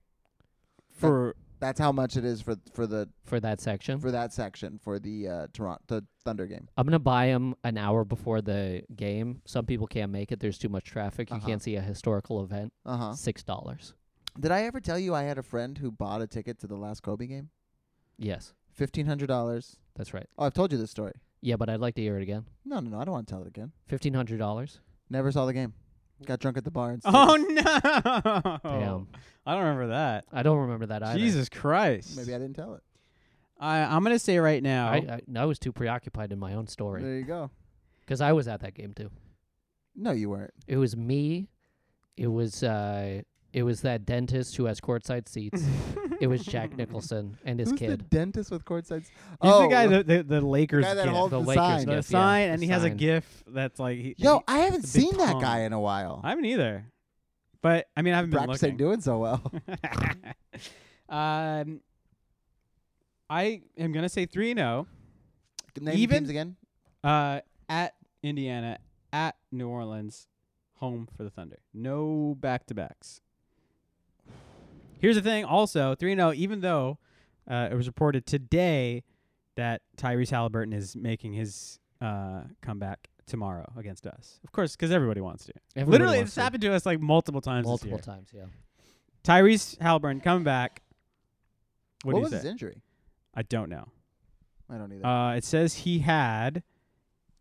S1: for
S3: That's how much it is for for the
S2: For that section,
S3: for that section for the uh, Toronto the Thunder game.
S2: I'm gonna buy them an hour before the game. Some people can't make it. There's too much traffic. You
S3: Uh-huh.
S2: can't see a historical event.
S3: Uh
S1: Uh-huh.
S3: huh.
S2: Six dollars.
S3: Did I ever tell you I had a friend who bought a ticket to the last Kobe game?
S2: Yes,
S3: Fifteen hundred dollars.
S2: that's right.
S3: Oh, I've told you this story.
S2: Yeah, but I'd like to hear it again.
S3: No, no, no. I don't want to tell it again.
S2: Fifteen hundred dollars.
S3: Never saw the game. Got drunk at the bar. And
S1: oh no,
S2: Damn.
S1: I don't remember that.
S2: I don't remember that either.
S1: Oh. Jesus Christ!
S3: Maybe I didn't tell it.
S1: I, I'm gonna say right now.
S2: I, I, I was too preoccupied in my own story
S3: There you go.
S2: because I was at that game too.
S3: No, you weren't.
S2: It was me. It was uh, it was that dentist who has courtside seats. it was Jack Nicholson and his
S3: Who's the
S2: kid.
S3: dentist with courtside?
S1: He's
S3: oh, He's
S1: the guy that the, the Lakers
S3: guy that
S1: gif.
S3: holds
S2: The
S3: the,
S2: Lakers
S3: sign.
S1: the
S2: gif. yeah,
S1: sign,
S2: the
S1: and he has a
S2: sign.
S1: gif that's like. He,
S3: Yo,
S1: he-
S3: I haven't
S1: The big
S3: seen that
S1: tongue.
S3: guy in a while.
S1: I haven't either. But I mean, I haven't been
S3: Perhaps
S1: looking.
S3: ain't doing so well.
S1: um, I am gonna say three and oh. zero.
S3: Name
S1: Even-
S3: Even? teams again.
S1: Uh, at Indiana, at New Orleans, home for the Thunder. No back to backs. Here's the thing also 3 0, even though uh, it was reported today that Tyrese Halliburton is making his uh, comeback tomorrow against us. Of course, because everybody wants to.
S2: Everybody
S1: Literally,
S2: wants
S1: it's
S2: to-
S1: happened to us like multiple times.
S2: multiple
S1: this
S2: times. Yeah.
S1: year. Tyrese Halliburton coming back. What, do
S3: what
S1: you
S3: was his
S1: say?
S3: injury?
S1: I don't know.
S3: I don't either.
S1: Uh, it says he had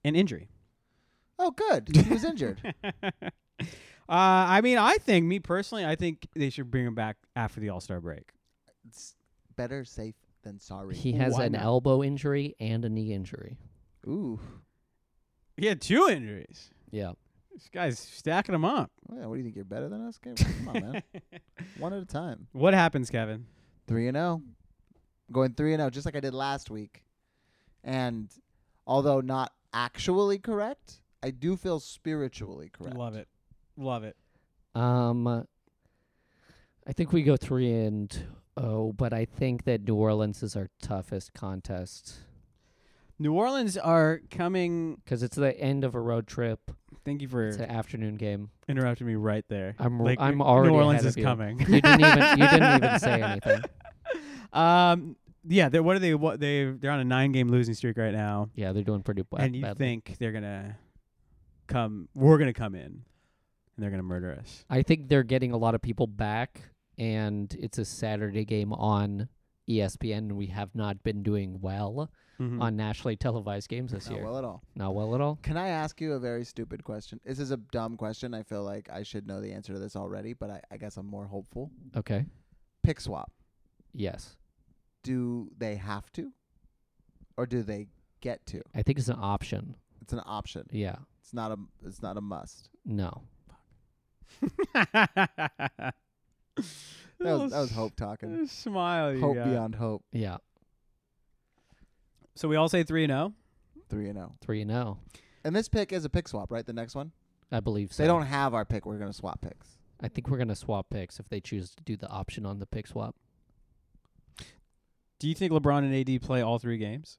S1: an injury.
S3: oh, good. He was injured.
S1: uh, I mean, I think me personally, I think they should bring him back after the All Star break.
S3: It's better safe than sorry.
S2: He has
S1: Why
S2: an
S1: not?
S2: elbow injury and a knee injury.
S3: Ooh.
S1: He had two injuries.
S2: Yeah.
S1: This guy's stacking them up.
S3: Well, what do you think? You're better than us, Kevin? Come on, Oh, man. One at a time.
S1: What happens, Kevin?
S3: Three and zero. Going three and zero, just like I did last week. And although not actually correct, I do feel spiritually correct.
S1: Love it, love it.
S2: Um, I think we go three and oh, but I think that New Orleans is our toughest contest
S1: New Orleans are coming.
S2: because it's the end of a road trip.
S1: Thank you for
S2: It's an afternoon game.
S1: interrupting me right there.
S2: I'm
S1: Like,
S2: I'm
S1: New
S2: already
S1: Orleans
S2: ahead
S1: is
S2: of you.
S1: coming.
S2: You didn't even you didn't even say anything.
S1: Um, yeah. They're, what are they? What they? They're on a nine game losing streak right now,
S2: Yeah, they're doing pretty bad.
S1: and you
S2: badly.
S1: think they're gonna come? We're gonna come in, and they're gonna murder us.
S2: I think they're getting a lot of people back, and it's a Saturday game on E ESPN, and we have not been doing well
S1: Mhm.
S2: on nationally televised games this
S3: Not
S2: year.
S3: well at all.
S2: Not well at all.
S3: Can I ask you a very stupid question? This is a dumb question. I feel like I should know the answer to this already, but I, I guess I'm more hopeful.
S2: Okay.
S3: Pick swap.
S2: Yes.
S3: Do they have to? Or do they get to?
S2: I think it's an option.
S3: It's an option.
S2: Yeah.
S3: It's not a it's not a must.
S2: No.
S1: that,
S3: That was that was hope talking.
S1: Smile, you
S3: Hope
S1: got.
S3: beyond hope.
S2: Yeah.
S1: So we all say three and zero.
S3: Three and oh.
S2: Three and oh.
S3: And this pick is a pick swap, right? The next one?
S2: I believe so.
S3: They don't have our pick. We're gonna swap picks.
S2: I think we're gonna swap picks if they choose to do the option on the pick swap.
S1: Do you think LeBron and AD play all three games?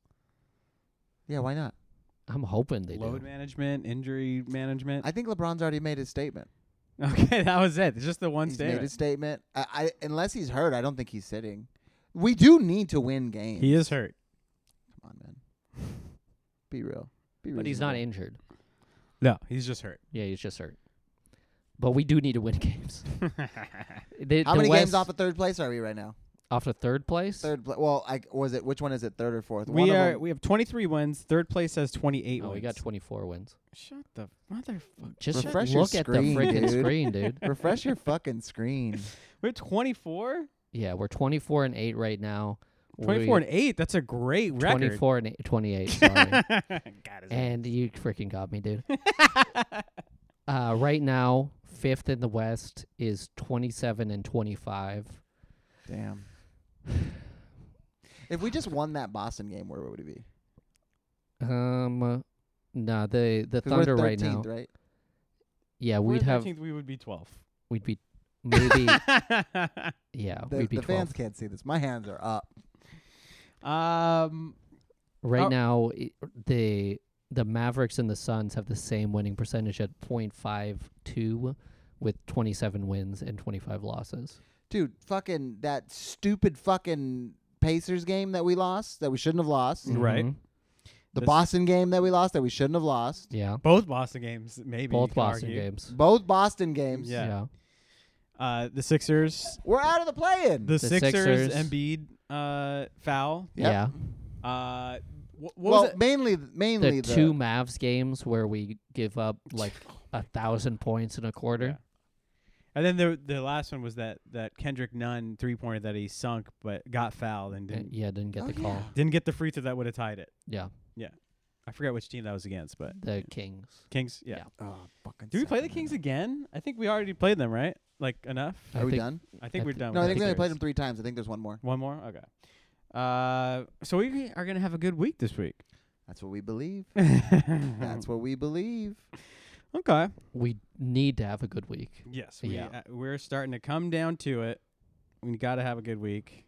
S3: Yeah, why not?
S2: I'm hoping they
S1: Load
S2: do.
S1: management, injury management.
S3: I think LeBron's already made his statement.
S1: okay, that was it. It's just the one
S3: he's made his
S1: statement.
S3: statement. I, I unless he's hurt, I don't think he's sitting. We do need to win games.
S1: He is hurt.
S3: Come on, man. Be real. Be
S2: but he's not
S3: reasonable.
S2: injured.
S1: No, he's just hurt.
S2: Yeah, he's just hurt. But we do need to win games. The-
S3: How
S2: the
S3: many
S2: West-
S3: games off of third place are we right now?
S2: off of third place?
S3: Third. Pl- well, I was it. Which one is it? Third or fourth? one
S1: we
S3: of
S1: are
S3: them-
S1: we have 23 wins. Third place has 28
S2: Oh,
S1: wins.
S2: we got 24 wins.
S1: Shut the motherfucker.
S2: Just
S3: Refresh your
S2: look at
S3: screen,
S2: the freaking
S3: dude.
S2: screen, dude.
S3: Refresh your fucking screen.
S1: We're 24,
S2: Yeah, we're 24 and 8 right now.
S1: 24
S2: We-
S1: and eight. That's a great record.
S2: 24 and 8, 28, sorry.
S1: God, is it-
S2: and you freaking got me, dude. uh, right now, fifth in the West is 27 and 25.
S3: Damn. If we just won that Boston game, where would we be?
S2: Um, nah, the the
S3: 'Cause we're
S2: Thunder right
S3: 13th,
S2: now.
S3: right?
S2: Yeah,
S1: We're
S2: we'd have
S1: 13th, we would be 12.
S2: we'd be maybe yeah
S3: The,
S2: we'd be
S3: the
S2: 12.
S3: fans can't see this. My hands are up.
S1: um,
S2: Right
S1: Oh.
S2: now, i- the the Mavericks and the Suns have the same winning percentage at .52, with 27 wins and 25 losses.
S3: Dude, fucking that stupid fucking Pacers game that we lost, that we shouldn't have lost.
S1: Mm-hmm. Right.
S2: Mhm.
S3: The
S1: This-
S3: Boston game that we lost, that we shouldn't have lost.
S2: Yeah.
S1: both Boston games, maybe. you
S2: Both
S1: could
S2: Boston
S1: argue.
S2: games.
S3: Both Boston games.
S1: Yeah. Uh, the Sixers,
S3: We're out of the play-in.
S1: the, Sixers,
S2: Sixers.
S1: Embiid uh, foul.
S3: Yep.
S2: Yeah.
S1: Uh, wh- what
S3: well,
S1: was it?
S3: mainly, mainly
S2: The two Mavs games where we give up like a thousand points in a quarter.
S1: And then the the last one was that that Kendrick Nunn three pointer that he sunk but got fouled and
S2: Yeah,
S1: didn't
S2: yeah didn't get
S3: Oh,
S2: the call.
S3: yeah.
S1: didn't get the free throw that would have tied it.
S2: Yeah.
S1: I forget which team that was against, but
S2: The Kings.
S1: Kings. Yeah.
S2: Yeah.
S3: Oh, fucking
S1: Do we play the
S3: suck.
S1: Kings again? I think we already played them, right? Like enough.
S2: I
S3: Are we
S2: think-
S3: done?
S1: I think
S2: I
S1: we're
S2: thi-
S1: done.
S3: No, Uh, I
S1: with
S3: think we
S1: the
S3: only played them
S1: Sixers.
S3: three times. I think there's one more.
S1: One more. Okay. Uh, so we are gonna have a good week this week.
S3: That's what we believe.
S1: That's
S3: That's what we believe.
S1: okay.
S2: We need to have a good week.
S1: Yes, we,
S2: Yeah.
S1: uh, we're starting to come down to it. We got to have a good week.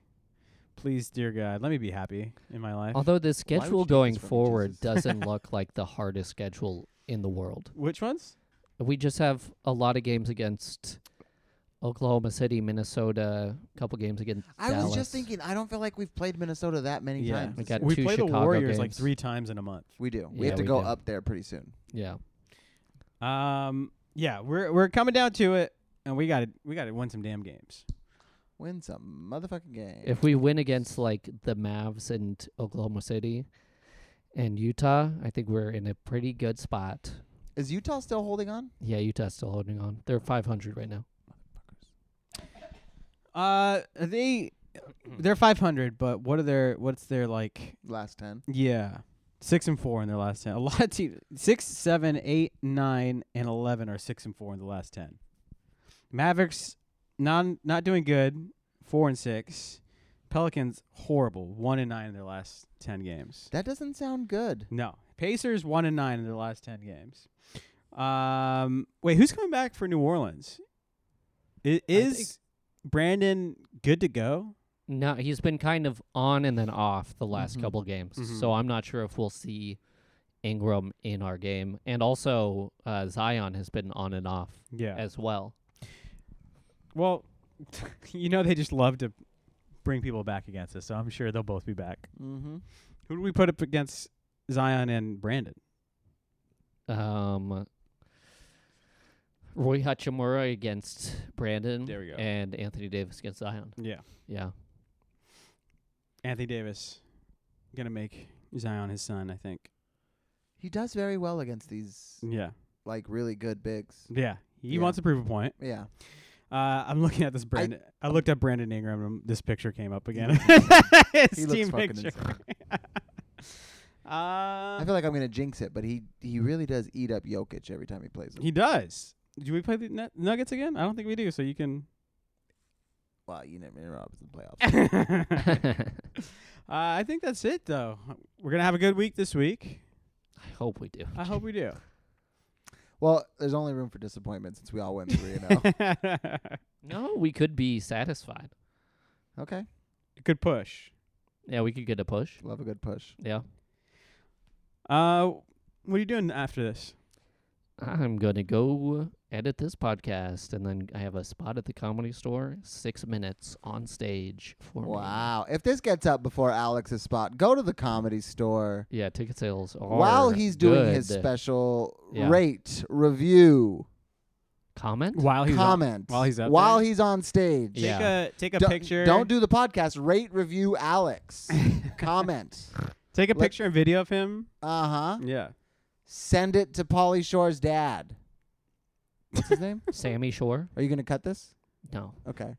S1: Please, dear God, let me be happy in my life.
S2: Although the
S3: you take
S2: schedule
S3: this
S2: going
S3: from me,
S2: forward
S3: Jesus?
S2: doesn't look like the hardest schedule in the world.
S1: Which ones?
S2: We just have a lot of games against Oklahoma City, Minnesota, a couple games against
S3: I was
S2: Dallas.
S3: just thinking, I don't feel like we've played Minnesota that many
S1: Yeah.
S3: times.
S2: We got
S1: we
S2: two
S1: play the
S2: Chicago
S1: Warriors like
S2: games.
S1: three times in a month.
S3: We do. We
S2: Yeah,
S3: have to
S2: we
S3: go
S2: do.
S3: up there pretty soon.
S2: Yeah.
S1: Um, yeah, we're we're coming down to it, and we got to we got to win some damn games.
S3: Win some motherfucking game.
S2: If we win against like the Mavs and Oklahoma City and Utah, I think we're in a pretty good spot.
S3: Is Utah still holding on?
S2: Yeah, Utah's still holding on. They're 500 right now.
S1: Uh, they they're five hundred, but what are their what's their like?
S3: Last ten.
S1: Yeah, six and four in their last ten. A lot of teams six, seven, eight, nine, and eleven are six and four in the last ten. Mavericks non not doing good. Four and six. Pelicans horrible. One and nine in their last ten games.
S3: That doesn't sound good.
S1: No. Pacers one and nine in their last ten games. Um, wait, who's coming back for New Orleans? I- is Brandon good to go?
S2: No, he's been kind of on and then off the last
S3: Mhm.
S2: couple games.
S1: Mhm.
S2: So I'm not sure if we'll see Ingram in our game. And also uh, Zion has been on and off
S1: Yeah.
S2: as well.
S1: well, you know they just love to bring people back against us, so I'm sure they'll both be back.
S3: Mm-hmm.
S1: Who do we put up against Zion and Brandon?
S2: Um, Roy Hachimura against Brandon
S1: There we go.
S2: and Anthony Davis against Zion.
S1: Yeah.
S2: Yeah.
S1: Anthony Davis gonna make Zion his son, I think.
S3: He does very well against these
S1: Yeah.
S3: like really good bigs.
S1: Yeah. He
S3: Yeah.
S1: wants to prove a point.
S3: Yeah.
S1: Uh, I'm looking at this Brandon. I, looked up Brandon Ingram. and This picture came up again.
S3: He looks-
S1: His
S3: he looks
S1: team
S3: fucking
S1: picture.
S3: insane. I
S1: Uh,
S3: feel like I'm gonna jinx it, but he he really does eat up Jokic every time he plays him.
S1: he does. Do we play the Nug- Nuggets again? I don't think we do. So you can.
S3: Wow, you never interrupt in the playoffs.
S1: uh,
S2: I
S1: I think that's it, though. We're gonna have a good week this week.
S2: hope we do.
S1: I hope we do.
S3: well, there's only room for disappointment since we all win three and oh.
S2: No, we could be satisfied.
S3: Okay.
S1: Good push.
S2: Yeah, we could get a push.
S3: Love a good push.
S2: Yeah.
S1: Uh, what are you doing after this?
S2: I'm going to go edit this podcast, and then I have a spot at the comedy store, six minutes on stage for me.
S3: Wow. If this gets up before Alex's spot, go to the comedy store
S2: Yeah, ticket sales are
S3: while he's doing his
S2: good.
S3: special
S2: Yeah.
S3: rate, review,
S2: comment.
S1: While Oh, he's on,
S3: comment.
S1: while he's up
S3: While
S1: there?
S3: he's on stage.
S1: take
S2: Yeah.
S1: a take a
S3: Don't-
S1: picture.
S3: Don't do the podcast. Rate, review, Alex. comment.
S1: Take a
S3: Let-
S1: picture and video of him.
S3: Uh huh.
S1: Yeah.
S3: Send it to Polly Shore's dad. What's his name?
S2: Sammy Shore?
S3: Are you gonna cut this?
S2: No.
S3: Okay.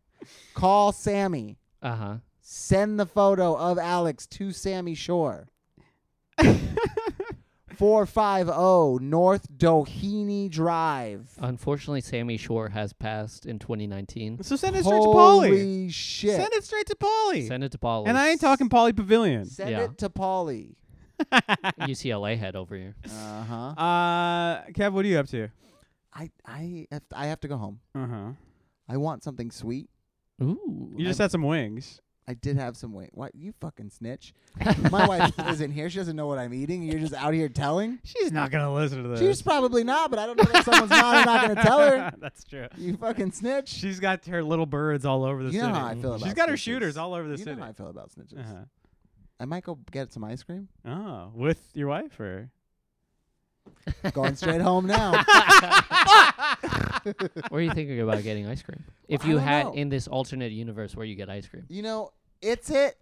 S3: Call Sammy.
S2: Uh huh.
S3: Send the photo of Alex to Sammy Shore. 450 North Doheny Drive.
S1: Uh,
S2: Unfortunately, Sammy Shore has passed in 2019.
S1: So send it straight to Polly.
S3: Holy shit.
S1: Send it straight to Polly.
S2: Send it to Paul.
S1: and I ain't talking Polly Pavilion.
S3: Send
S2: Yeah.
S3: it to Polly.
S2: UCLA head over here.
S3: Uh huh.
S1: Uh, Kev, what are you up to?
S3: I I have, I have to go home.
S1: Uh huh.
S3: I want something sweet.
S2: Ooh.
S1: You just had some wings.
S3: I did have some weight. What you fucking snitch? My wife isn't here. She doesn't know what I'm eating. You're just out here telling.
S1: She's not gonna listen to this.
S3: She's probably not, but I don't know if someone's not. I'm not gonna tell her.
S1: That's true.
S3: You fucking snitch.
S1: She's got her little birds all over the
S3: You know
S1: city.
S3: how I feel about.
S1: She's got her
S3: snitches.
S1: shooters all over the
S3: you
S1: city.
S3: know how I feel about snitches.
S1: uh-huh.
S3: I might go get some ice cream.
S1: Oh, with your wife or?
S3: Going straight home now.
S2: What are you thinking about getting ice cream? If
S3: Well, I
S2: you
S3: don't
S2: had
S3: know.
S2: in this alternate universe where you get ice cream.
S3: You know, it's it.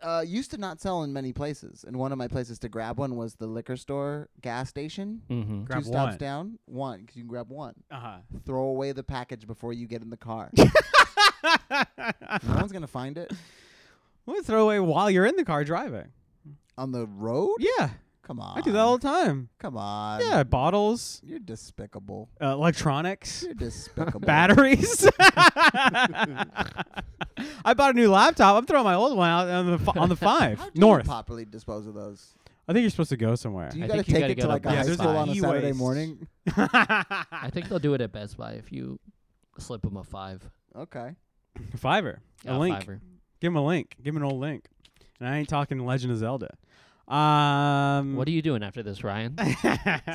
S3: Uh, used to not sell in many places, and one of my places to grab one was the liquor store gas station.
S2: Mm-hmm.
S1: Grab
S3: Two stops
S1: one.
S3: down, one because you can grab one.
S1: Uh
S3: Throw away the package before you get in the car.
S1: huh.
S3: no one's gonna find it
S1: Well, throw away while you're in the car driving.
S3: on the road.
S1: Yeah,
S3: Come on,
S1: I do that all the time.
S3: Come on.
S1: Yeah, bottles,
S3: You're despicable.
S1: uh, electronics,
S3: You're despicable.
S1: batteries. I bought a new laptop. I'm throwing my old one out on the f- on the five
S3: How do
S1: north.
S3: you properly dispose of those?
S1: I think you're supposed to go somewhere.
S3: Do you
S2: I
S3: gotta
S2: think you
S3: take
S2: gotta
S3: it
S2: go
S3: to
S2: to
S3: like a
S2: Best
S3: high
S1: Buy.
S3: school on a
S1: Yeah, there's a
S3: Saturday
S1: e-waste.
S3: morning?
S2: I think they'll do it at Best Buy if you slip them a five.
S3: Okay.
S1: Fiverr, a
S2: uh,
S1: link.
S2: Fiver.
S1: Give him a link. Give him an old link. And I ain't talking Legend of Zelda. Um,
S2: What are you doing after this, Ryan?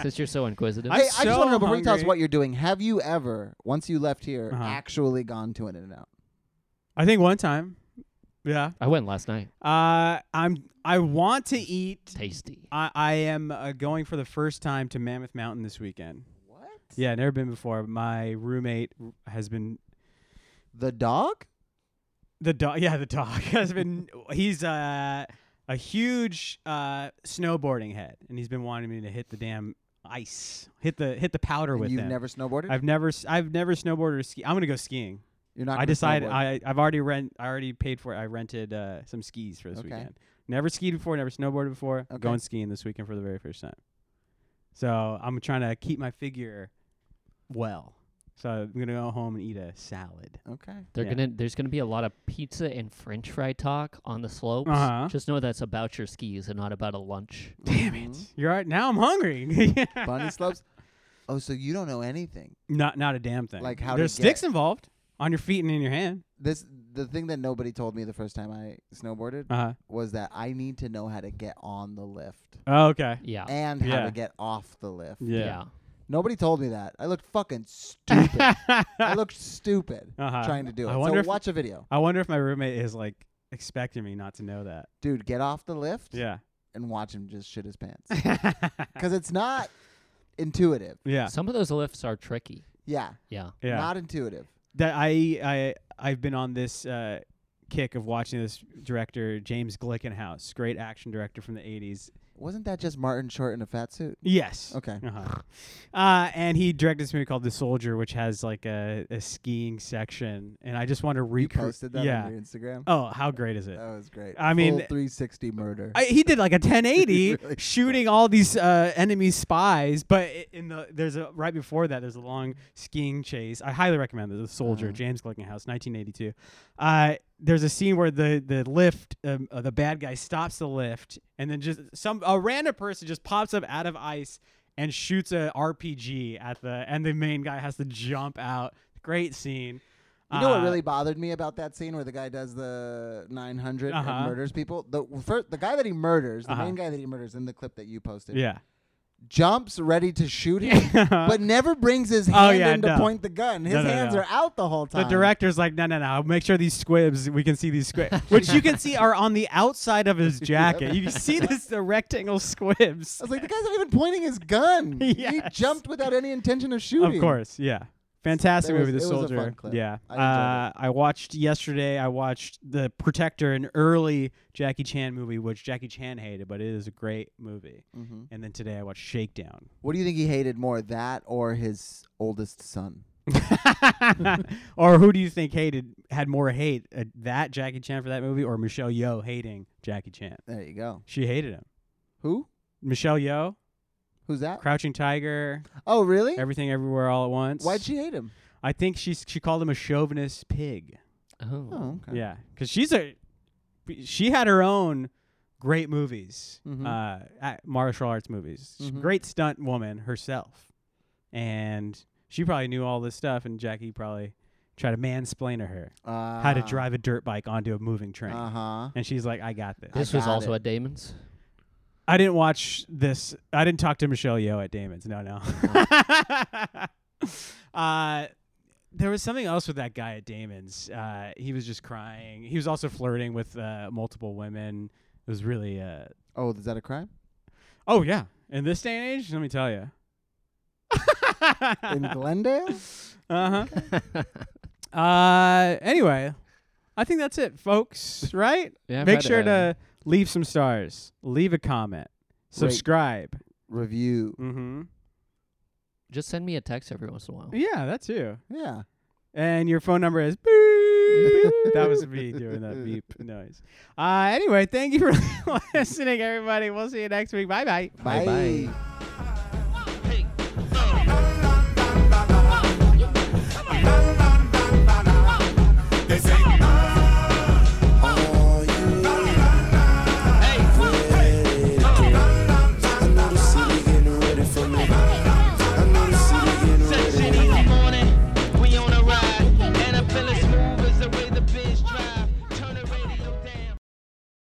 S2: Since you're so inquisitive.
S1: I'm
S3: Hey, I just want
S1: so
S3: to know before you tell us
S1: hungry.
S3: what you're doing. Have you ever, once you left here,
S1: Uh-huh.
S3: actually gone to an In and Out?
S1: I think one time. Yeah.
S2: I went last night.
S1: Uh, I'm. I want to eat.
S2: Tasty.
S1: I, I am uh, going for the first time to Mammoth Mountain this weekend.
S3: What?
S1: Yeah, never been before. My roommate has been
S3: The dog?
S1: the dog. Yeah, the dog has been. He's uh, a huge uh, snowboarding head, and he's been wanting me to hit the damn ice, hit the hit the powder
S3: And
S1: with
S3: you've
S1: them.
S3: never snowboarded?
S1: I've never s- I've never snowboarded or ski. I'm gonna go skiing.
S3: you're not.
S1: I
S3: gonna
S1: decided I
S3: snowboard.
S1: I've already rent I already paid for it. I rented uh, some skis for this
S3: Okay.
S1: weekend. Never skied before, never snowboarded before.
S3: Okay.
S1: Going skiing this weekend for the very first time. So I'm trying to keep my figure well. So I'm gonna go home and eat a salad.
S3: Okay.
S2: They're
S1: Yeah.
S2: gonna there's gonna be a lot of pizza and French fry talk on the slopes.
S1: Uh-huh.
S2: Just know that's about your skis and not about a lunch.
S1: Damn it! You're all right. now I'm hungry.
S3: Mhm. Bunny slopes. Oh, so you don't know anything.
S1: Not not a damn thing.
S3: Like how to
S1: there's
S3: get-
S1: sticks involved on your feet and in your hand.
S3: This the thing that nobody told me the first time I snowboarded
S1: Uh huh.
S3: was that I need to know how to get on the lift
S1: Oh, okay.
S2: Yeah.
S3: and how
S1: Yeah.
S3: to get off the lift.
S1: Yeah.
S3: Nobody told me that. I looked fucking stupid. I looked stupid
S1: Uh-huh.
S3: trying to do
S1: I
S3: it.
S1: wonder
S3: so
S1: if-
S3: watch a video.
S1: I wonder if my roommate is like expecting me not to know that.
S3: Dude, get off the lift
S1: Yeah.
S3: and watch him just shit his pants. Because it's not intuitive.
S1: yeah.
S2: Some of those lifts are tricky.
S3: Yeah,
S2: Yeah.
S1: Yeah.
S3: not intuitive.
S1: that I I I've been on this uh, kick of watching this director James Glickenhaus, great action director from the '80s.
S3: Wasn't that just Martin Short in a fat suit?
S1: Yes.
S3: Okay.
S1: Uh-huh. Uh, and he directed this movie called The Soldier, which has like a, a skiing section, and I just want to
S3: You
S1: recreate.
S3: posted that
S1: yeah.
S3: on your Instagram?
S1: Oh, how great is it?
S3: That was great.
S1: I mean-
S3: Full 360 murder.
S1: I, he did like a 1080
S3: Really?
S1: shooting all these uh, enemy spies but i- in the there's a right before that there's a long skiing chase i highly recommend it the soldier
S3: Uh-huh.
S1: james glickenhaus 1982 uh, there's a scene where the the lift um, uh, the bad guy stops the lift and then just some a random person just pops up out of ice and shoots a rpg at the and the main guy has to jump out great scene
S3: you know what
S1: Uh,
S3: really bothered me about that scene where the guy does the 900
S1: Uh-huh.
S3: and murders people? The first, the guy that he murders, the
S1: Uh-huh.
S3: main guy that he murders in the clip that you posted,
S1: yeah
S3: jumps ready to shoot him, but never brings his hand
S1: Oh, yeah,
S3: in to
S1: no.
S3: point the gun. His
S1: No, no,
S3: hands
S1: no.
S3: are out the whole
S1: The
S3: time.
S1: director's like, no, no, no. Make sure these squibs, we can see these squibs, which you can see are on the outside of his jacket. You can see this the rectangle squibs.
S3: I was like, the guy's not even pointing his gun. He
S1: Yes.
S3: jumped without any intention of shooting.
S1: Of course, yeah. Fantastic
S3: There was-
S1: movie, The
S3: it was a
S1: Soldier.
S3: fun clip.
S1: Yeah,
S3: I enjoyed
S1: uh, I watched yesterday. I watched The Protector, an early Jackie Chan movie, which Jackie Chan hated, but it is a great movie.
S3: Mhm.
S1: And then today I watched Shakedown.
S3: What do you think he hated more, that or his oldest son?
S1: or who do you think hated had more hate uh, that Jackie Chan for that movie, or Michelle Yeoh hating Jackie Chan?
S3: There you go.
S1: She hated him.
S3: Who?
S1: Michelle Yeoh,
S3: Who's that?
S1: Crouching Tiger,
S3: Oh, really?
S1: Everything Everywhere All at Once.
S3: Why'd she hate him?
S1: I think she's she called him a chauvinist pig.
S2: Oh.
S3: Oh, okay.
S1: Yeah, because she's a she had her own great movies,
S3: Mhm.
S1: uh, a- martial arts movies. She's a
S3: Mhm.
S1: Great stunt woman herself, and she probably knew all this stuff. And Jackie probably tried to mansplain to her
S3: Uh,
S1: how to drive a dirt bike onto a moving train.
S3: Uh huh.
S1: And she's like, "I got this."
S2: This was
S3: got
S2: also
S3: it.
S2: at Damon's.
S1: I didn't watch this. I didn't talk to Michelle Yeoh at Damon's. No, no. uh, there was something else with that guy at Damon's. Uh, he was just crying. He was also flirting with uh, multiple women. It was really. Uh,
S3: Oh, is that a crime?
S1: oh yeah, in this day and age, let me tell you.
S3: In Glendale?
S1: uh huh. Uh, anyway, I think that's it, folks. Right?
S2: yeah,
S1: Make
S2: Friday.
S1: sure to leave some stars. Leave a comment. Subscribe.
S3: Review.
S1: Mm-hmm.
S2: just send me a text every once in a while.
S1: Yeah, that too.
S3: Yeah.
S1: And your phone number is beep. that was me doing that beep noise. Uh, anyway, thank you for listening, everybody. We'll see you next week. Bye bye.
S2: Bye-bye.
S3: Bye.